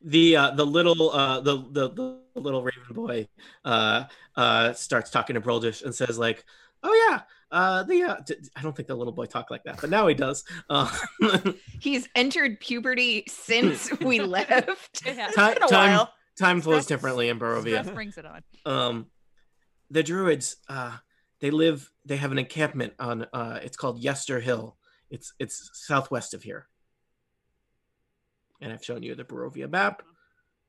the uh, the little uh, the, the the little raven boy uh, uh, starts talking to Broldish and says like, "Oh yeah, uh, the uh, d- d- I don't think the little boy talked like that, but now he does." Uh, (laughs) (laughs) He's entered puberty (laughs) since we left. (laughs) Yeah. It's Ti- been a time- while. time flows Stress- differently in Barovia. Stress brings it on. um the druids uh they live they have an encampment on uh it's called yester hill it's it's southwest of here and i've shown you the barovia map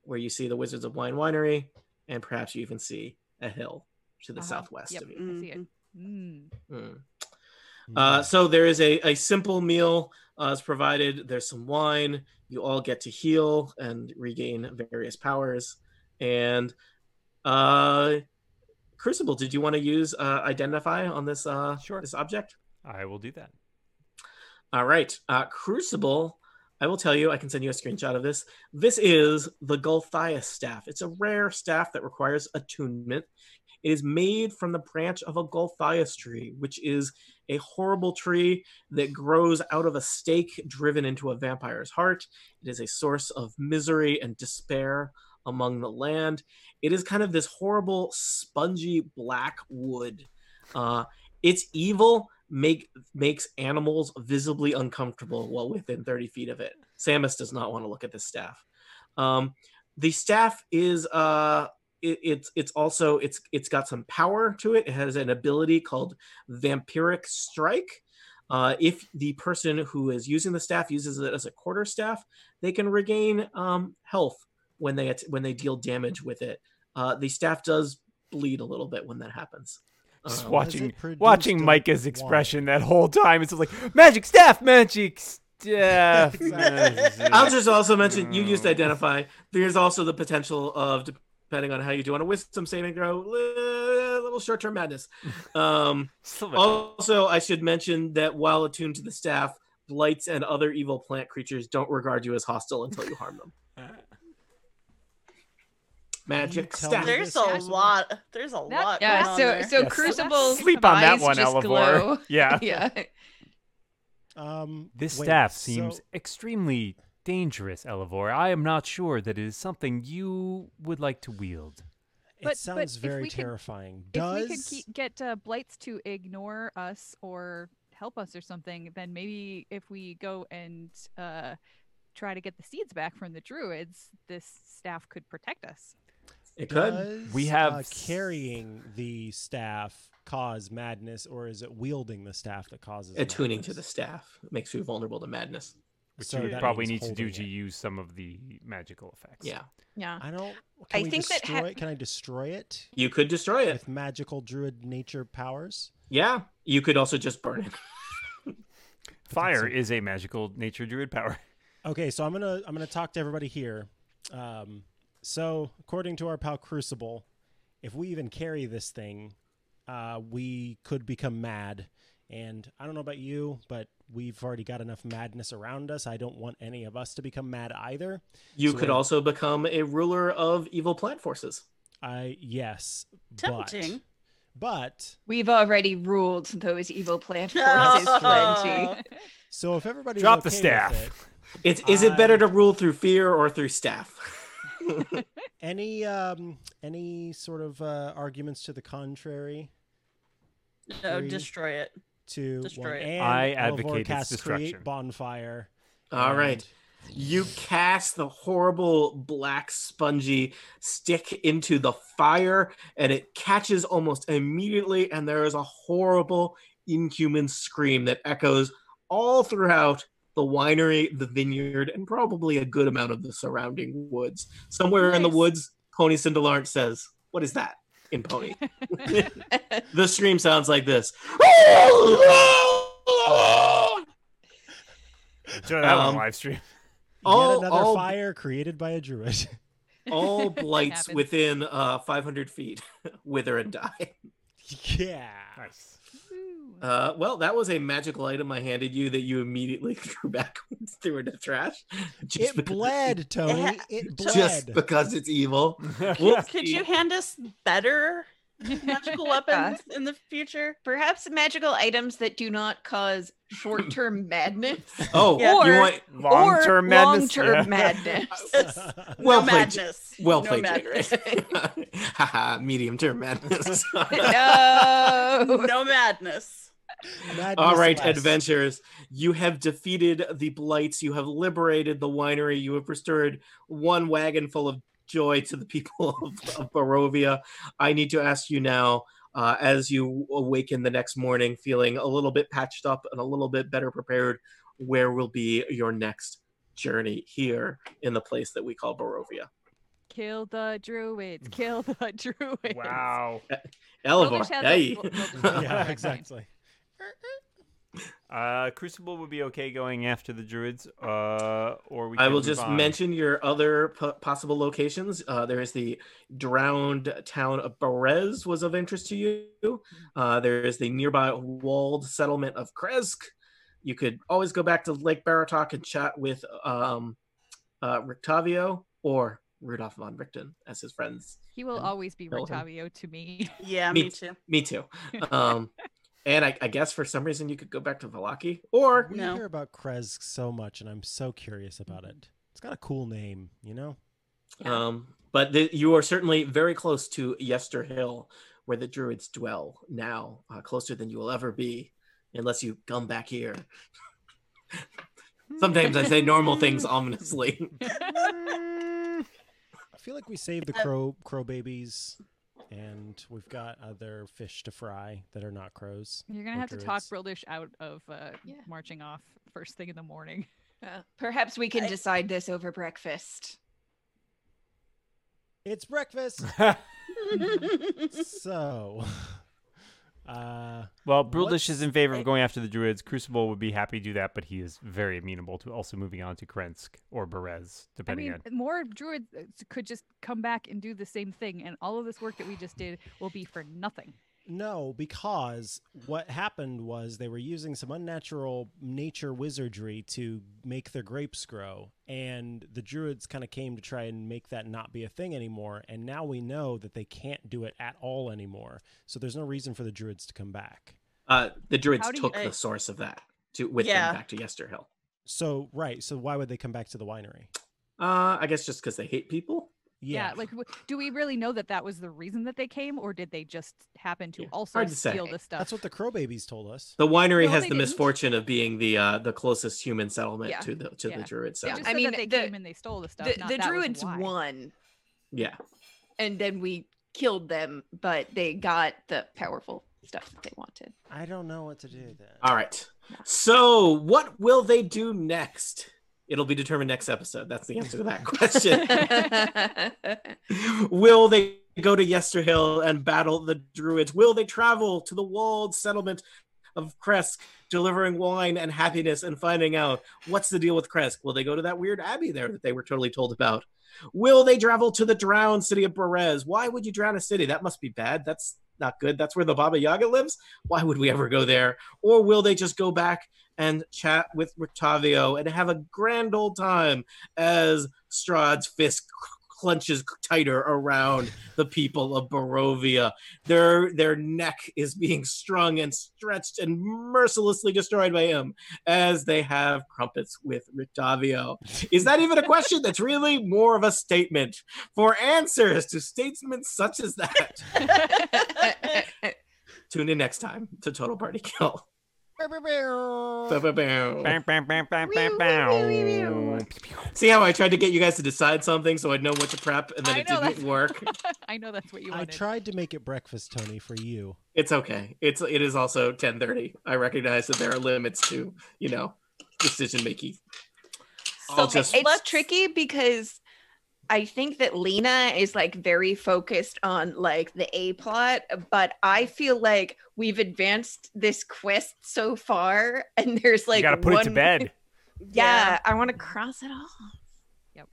where you see the wizards of wine winery and perhaps you even see a hill to the Uh-huh. southwest Yep. of you I see it. Mhm. Mm. Mm. Uh, so there is a, a simple meal uh, is provided. There's some wine. You all get to heal and regain various powers. And uh, Crucible, did you want to use uh, identify on this uh, Sure. this object? I will do that. All right, uh, Crucible. I will tell you. I can send you a screenshot of this. This is the Golthias staff. It's a rare staff that requires attunement. It is made from the branch of a Golthias tree, which is a horrible tree that grows out of a stake driven into a vampire's heart. It is a source of misery and despair among the land. It is kind of this horrible, spongy black wood. Uh, it's evil. Make makes animals visibly uncomfortable while within 30 feet of it. Samus does not want to look at this staff. Um, the staff is uh, it, it's it's also it's it's got some power to it. It has an ability called vampiric strike. Uh, if the person who is using the staff uses it as a quarter staff, they can regain um, health when they at- when they deal damage with it. Uh, the staff does bleed a little bit when that happens. Just Um, watch- watching produced watching a Micah's wand? expression that whole time. It's just like magic staff, magic staff. (laughs) Exactly. I'll just also mention you used Mm. identify. There's also the potential of depending on how you do on a wisdom saving throw, li- little short term madness. (laughs) Um, also, I should mention that while attuned to the staff, blights and other evil plant creatures don't regard you as hostile until you harm them. (laughs) Magic (laughs) Can you tell staff. me There's a Crucible. lot. There's a lot. Yeah, going on so there. so Yes. Crucible Sleep on that eyes one, just Elevor. glow. (laughs) (laughs) Yeah. yeah. Um, This wait, staff so- seems extremely dangerous, Elevor. I am not sure that it is something you would like to wield. it But- but sounds if very we could- terrifying. If we could Does keep, get uh, blights to ignore us or help us or something, then maybe if we go and uh, try to get the seeds back from the druids, this staff could protect us. It could. does We have uh, s- carrying the staff cause madness, or is it wielding the staff that causes Attuning to the madness? staff makes you vulnerable to madness. Which So you that probably need means to do to holding it. use some of the magical effects. Yeah. Yeah. I don't. I Can we think that destroy ha- it? Can I destroy it You could destroy it. with magical druid nature powers? Yeah. You could also just burn it. Fire That's is a magical nature druid power. Okay, so I'm gonna I'm gonna talk to everybody here. Um, so according to our pal Crucible, if we even carry this thing, uh, we could become mad. And I don't know about you, but we've already got enough madness around us. I don't want any of us to become mad either. You So could we're- also become a ruler of evil plant forces. I yes, Tempting. but but We've already ruled (laughs) those evil plant No. (laughs) forces plenty. so if everybody Drop the staff. It's is it better to rule through fear or through staff? (laughs) Any um any sort of uh, arguments to the contrary? No, Three. destroy it. To Destroy it. and I Elevore advocate its casts create destruction. bonfire. All and- right. You cast the horrible black spongy stick into the fire and it catches almost immediately and there is a horrible inhuman scream that echoes all throughout the winery, the vineyard, and probably a good amount of the surrounding woods. Somewhere in the Nice. woods, Pony Cindelarnt says, What is that? in Pony. (laughs) the scream sounds like this. (laughs) (laughs) Enjoy that one Um, live stream. All- Yet another all- fire created by a druid. (laughs) (laughs) all blights happens. within uh, 500 feet (laughs) wither and (laughs) die. yeah. (laughs) Nice. Ooh. Uh, well, that was a magical item I handed you that you immediately (laughs) threw back threw into trash. (laughs) Just It (laughs) bled, Tony. It (laughs) bled. Just because it's evil. We'll Could see. you hand us better Uh. (laughs) magical weapons in the future? Perhaps magical items that do not cause short (laughs) term madness. Oh, Yeah. you Or- want Long or term madness. Long-term yeah. (laughs) madness. Well no played, madness. well no played, (laughs) madness. Jared. Haha, medium term (laughs) madness. (laughs) no. no madness. (laughs) All right, (laughs) Madness less. adventurers, you have defeated the blights. You have liberated the winery. You have restored one wagon full of joy to the people (laughs) of, of Barovia. I need to ask you now, uh, as you awaken the next morning, feeling a little bit patched up and a little bit better prepared, where will be your next journey here in the place that we call Barovia? (laughs) Kill the druids. Kill the (laughs) (laughs) druids. Wow. Elevor, Wildish has (laughs) a- hey. Wil- Wildish has a- Yeah, exactly. Uh, Crucible would be okay going after the druids, uh, or we. I can will move just on. mention your other po- possible locations. Uh, there is the drowned town of Berez was of interest to you. Mm-hmm. Uh, there is the nearby walled settlement of Kresk. You could always go back to Lake Baratok and chat with um, uh, Rictavio or Rudolf von Richten as his friends. He will Yeah. always be Kill him. Rictavio to me. Yeah, Me- me, too. Me too. (laughs) Um, and I, I guess for some reason you could go back to Valaki or We No. hear about Kresk so much, and I'm so curious about it. It's got a cool name, you know. Yeah. Um, but the, you are certainly very close to Yester Hill, where the druids dwell now, uh, closer than you will ever be, unless you come back here. Hmm. Sometimes I say normal (laughs) things ominously. I feel like we saved the Yeah. crow crow babies, and we've got other fish to fry that are not crows. (laughs) You're gonna Or have to talk druids. Brildish out of uh, Yeah. marching off first thing in the morning. Uh, perhaps we can I- decide this over breakfast. It's (laughs) breakfast. so, (laughs) uh, (laughs) well, What's- Bruldish is in favor of going after the druids. Crucible would be happy to do that, but he is very amenable to also moving on to Krensk or Berez, I depending mean, more druids uh, s- could just come back and do the same thing, and all of this work that we just did will be for nothing. no, because what happened was they were using some unnatural nature wizardry to make their grapes grow, and the druids kind of came to try and make that not be a thing anymore. And now we know that they can't do it at all anymore. So there's no reason for the druids to come back. Uh, the druids How do you- took the source of that to with Yeah. them back to Yester Hill. So right, so why would they come back to the winery? Uh, I guess just because they hate people. Yeah. like, w- do we really know that that was the reason that they came, or did they just happen to Yeah, also hard to say. steal the stuff? that's what the crow babies told us. The winery No, has they the didn't. misfortune of being the uh, the closest human settlement Yeah. to the to Yeah. the druid They Yeah, settlement. just I said mean, that they the- came and they stole the stuff. The, not the that was druids why. won, (laughs) Yeah. and then we killed them, but they got the powerful stuff that they wanted. I don't know what to do then. All right. So, what will they do next? It'll be determined next episode. That's the answer to that (laughs) question. (laughs) will they go to Yesterhill and battle the druids? Will they travel to the walled settlement of Kresk, delivering wine and happiness and finding out what's the deal with Kresk? Will they go to that weird abbey there that they were totally told about? Will they travel to the drowned city of Berez? Why would you drown a city? That must be bad. That's not good. That's where the Baba Yaga lives. Why would we ever go there? Or will they just go back and chat with Rictavio and have a grand old time as Strahd's fist clenches tighter around the people of Barovia. Their their neck is being strung and stretched and mercilessly destroyed by him as they have crumpets with Ritavio. Is that even a question? That's really more of a statement for answers to statesmen such as (laughs) that. Tune in next time to Total Party Kill. Ba-ba-bow. Bam, bam, bam, bam, bam, Meow, meow, meow, meow, meow. bam. See how I tried to get you guys to decide something so I'd know what to prep and then I it know, didn't that's- work. (laughs) I know that's what you I wanted. tried to make it breakfast, Tony, for you. It's okay. It's it is also 10:30. I recognize that there are limits to, you know, decision making. (laughs) I'll Okay, just it's let's- tricky because I think that Lena is like very focused on like the A plot, but I feel like we've advanced this quest so far, and there's like you gotta put it to one- bed. (laughs) Yeah, I want to cross it off.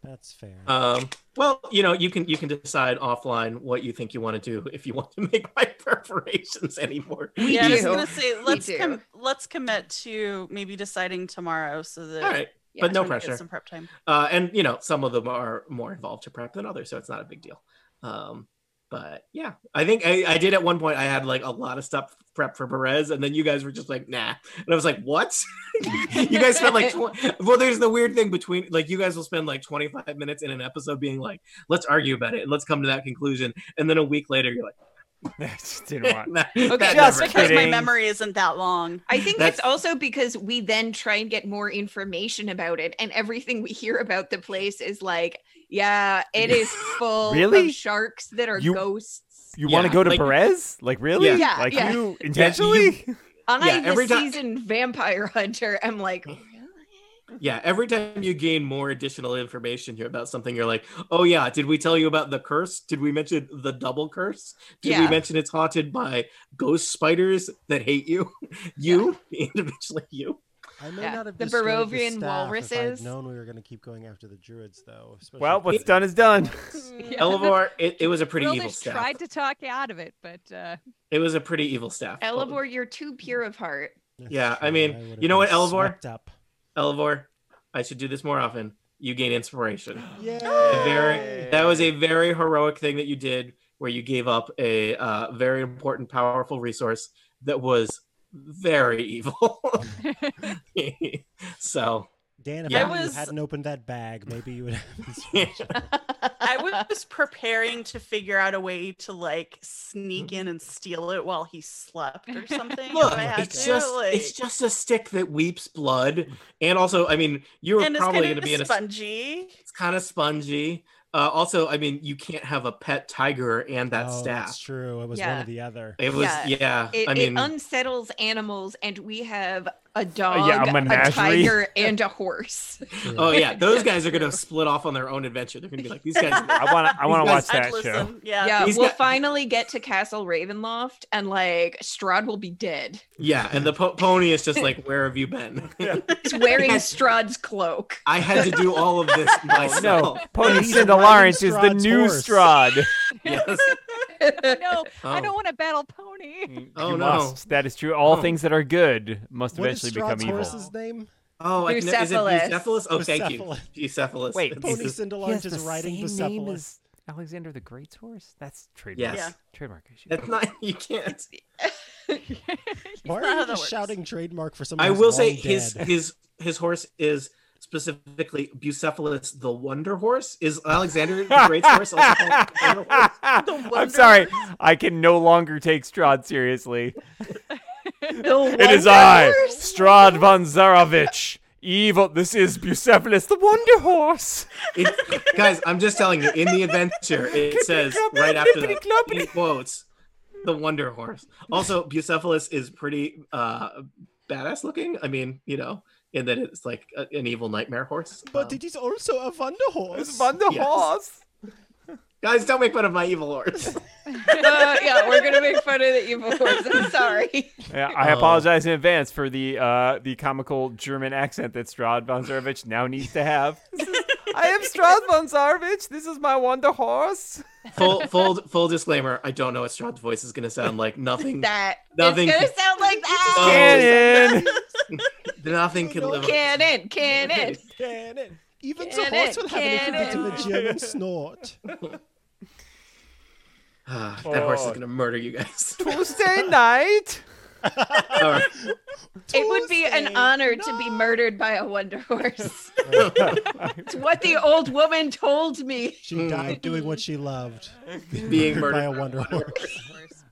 That's fair. Um, well, you know, you can you can decide offline what you think you want to do if you want to make my (laughs) preparations anymore. We yeah, I was do. gonna say let's do. com- let's commit to maybe deciding tomorrow so that All right. Yeah, but no we get pressure. some prep time. Uh, and you know, some of them are more involved to prep than others, so it's not a big deal. Um, but yeah, I think I, I did at one point. I had like a lot of stuff prep for Perez, and then you guys were just like, "Nah," and I was like, "What?" (laughs) you guys spent like, tw- well, there's the weird thing between like you guys will spend like 25 minutes in an episode being like, "Let's argue about it and let's come to that conclusion," and then a week later you're like, Just didn't want. (laughs) "Nah, Okay, that just never Because my Kidding. memory isn't that long. I think That's- it's also because we then try and get more information about it, and everything we hear about the place is like, yeah, (laughs) it is full Really? of sharks that are You- ghosts. You want to Yeah, go to like- Perez? Like really? Yeah. Yeah, like yeah. you intentionally? I, Yeah, the every ti- seasoned vampire hunter, am like, Yeah, every time you gain more additional information here about something, you're like, oh yeah, did we tell you about the curse? Did we mention the double curse? Did we Yeah. mention it's haunted by ghost spiders that hate you? (laughs) You (laughs) individually, you. I may yeah, not have the disturbed Barovian staff if I had walruses. known we were going to keep going after the druids, though. especially well, if what's they- done is (laughs) done. Hmm. Mm. Yeah. Elevor, it, it was a pretty Wildish evil staff. tried to talk you out of it, but uh, It was a pretty evil staff. Elevor, you're too pure of heart. That's Yeah, I true, mean, would've you know what, been Elvor? swept Up. Elevor, I should do this more often. You gain inspiration. Yeah. A very that was a very heroic thing that you did where you gave up a uh, very important powerful resource that was very evil (laughs) so Dan, if Yeah. I I was- hadn't opened that bag, maybe you would have. (laughs) inspiration. I was preparing to figure out a way to like sneak in and steal it while he slept or something. if Mm-hmm. look I had it's to, just it's like- just a stick that weeps blood and also i mean you were and it's probably kind going to of be in a spongy. it's kind of spongy uh, also i mean you can't have a pet tiger and that Oh, That's staff true. It was one Yeah. or the other. it was Yeah. yeah, It, i mean Uh, it unsettles animals, and we have a dog, a a menagerie. (laughs) tiger, and a horse. True. oh (laughs) yeah those guys are going to split off on their own adventure they're going to be like these guys I want to. I want to watch guys- that I'd show. listen, Yeah. yeah, He's we'll got- finally get to Castle Ravenloft, and like Strahd will be dead. yeah and the po- pony is just like where have you been He's (laughs) wearing Strahd's cloak. I had to do all of this No, myself. Pony He's Cinda riding Lawrence is the Strahd's new horse. Strahd. (laughs) Uh, Yes. no, I Oh. don't want to battle pony. Mm, Oh, you no. must. That is true. All Oh. things that are good must What is eventually Strahd's become evil. horse's name? Oh, I can, is it Bucephalus. Bucephalus? Oh, thank you. Bucephalus. Wait, It's Pony Pony just- Cinderlange is riding Bucephalus. Alexander the Great's horse. That's trademark. Yes. Yeah. Trademark issue. That's not, you can't. It's- Why are not how you that just works. shouting trademark for someone? I who's will say long his, dead? his, his horse is specifically Bucephalus the Wonder Horse. Is Alexander (laughs) the Great's horse also (laughs) called the Wonder Horse? I'm sorry. I can no longer take Strahd seriously. It is I, Strahd von Zarovich. Evil. This is Bucephalus the Wonder Horse. It- guys, I'm just telling you, in the adventure, it says right after that, in quotes, the Wonder Horse. Also, Bucephalus is pretty uh, badass looking. I mean, you know, in that it's like a, an evil nightmare horse. But Um, it is also a Wonder It's Horse. Wonder Yes. Horse. guys, don't make fun of my evil (laughs) horse. Uh, yeah, we're gonna make fun of the evil horse. I'm sorry. (laughs) Yeah, I Oh. apologize in advance for the uh, the comical German accent that Strahd von Zarovich now needs to have. This is- I am Strahd von Zarovich. This is my Wonder Horse. full, full, full disclaimer: I don't know what Strahd's voice is going to sound like. Nothing, That Nothing- it's gonna (laughs) sound like that. Oh. Cannon. nothing can live. up- (laughs) Cannon, cannon. Cannon. Even Get the horse it, will have an get equivalent it. of a German snort. Ah, (sighs) that horse is Oh. gonna murder you guys. (laughs) Tuesday night. All right. (laughs) It would be an Tuesday. honor to be murdered by a (laughs) wonder horse. (laughs) it's what the old woman told me. She died doing what she loved. Being by murdered a wonder horse.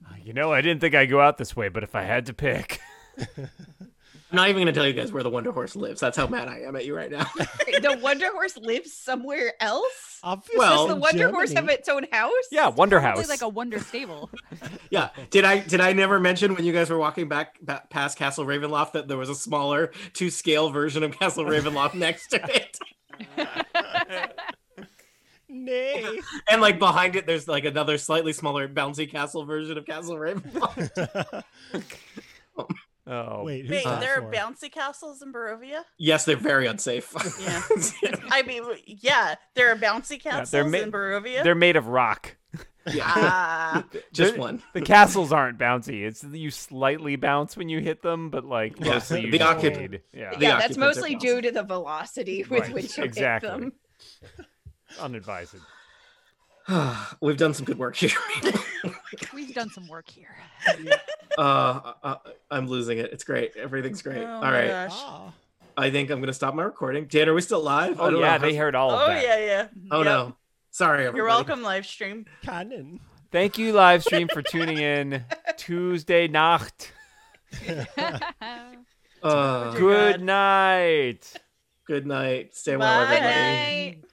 Uh, You know, I didn't think I'd go out this way, but if I had to pick, (laughs) I'm not even gonna tell you guys where the wonder horse lives. That's how mad I am at you right now. The wonder horse lives somewhere else. Obviously, Well- Does the in wonder horse have Oh, Germany. its own house? yeah, Wonder Probably House. like a wonder stable. yeah. Did I did I never mention when you guys were walking back ba- past Castle Ravenloft that there was a smaller two scale version of Castle (laughs) Ravenloft next to it, (laughs) (laughs) Nay. and like behind it, there's like another slightly smaller bouncy castle version of Castle Ravenloft. oh, Wait, who's Wait, that there are for? bouncy castles in Barovia? yes, they're very unsafe. Yeah. I mean, yeah, there are bouncy Yeah, castles they're ma- in Barovia. they're made of rock. (laughs) yeah, ah, just They're- one. (sighs) The castles aren't bouncy. It's you slightly bounce when you hit them, but like Yeah, mostly you the just occup- need- Yeah, The Yeah, that's occupants are mostly awesome. due to the velocity with Right, which you exactly. hit them. unadvised. We've done some good work here. (laughs) We've done some work here. uh, uh, I'm losing it. It's great. Everything's (laughs) great. Oh All my right. gosh. Ah, I think I'm gonna stop my recording. Dan, are we still live? I Oh don't yeah, know. they heard all Oh of that. yeah, yeah. Oh Yep. no. Sorry, everybody. You're welcome, live stream. (laughs) cannon. Thank you, live stream, for tuning in Tuesday Nacht. Uh, Good Good night. Oh, good night. Stay well, Bye. everybody. Night.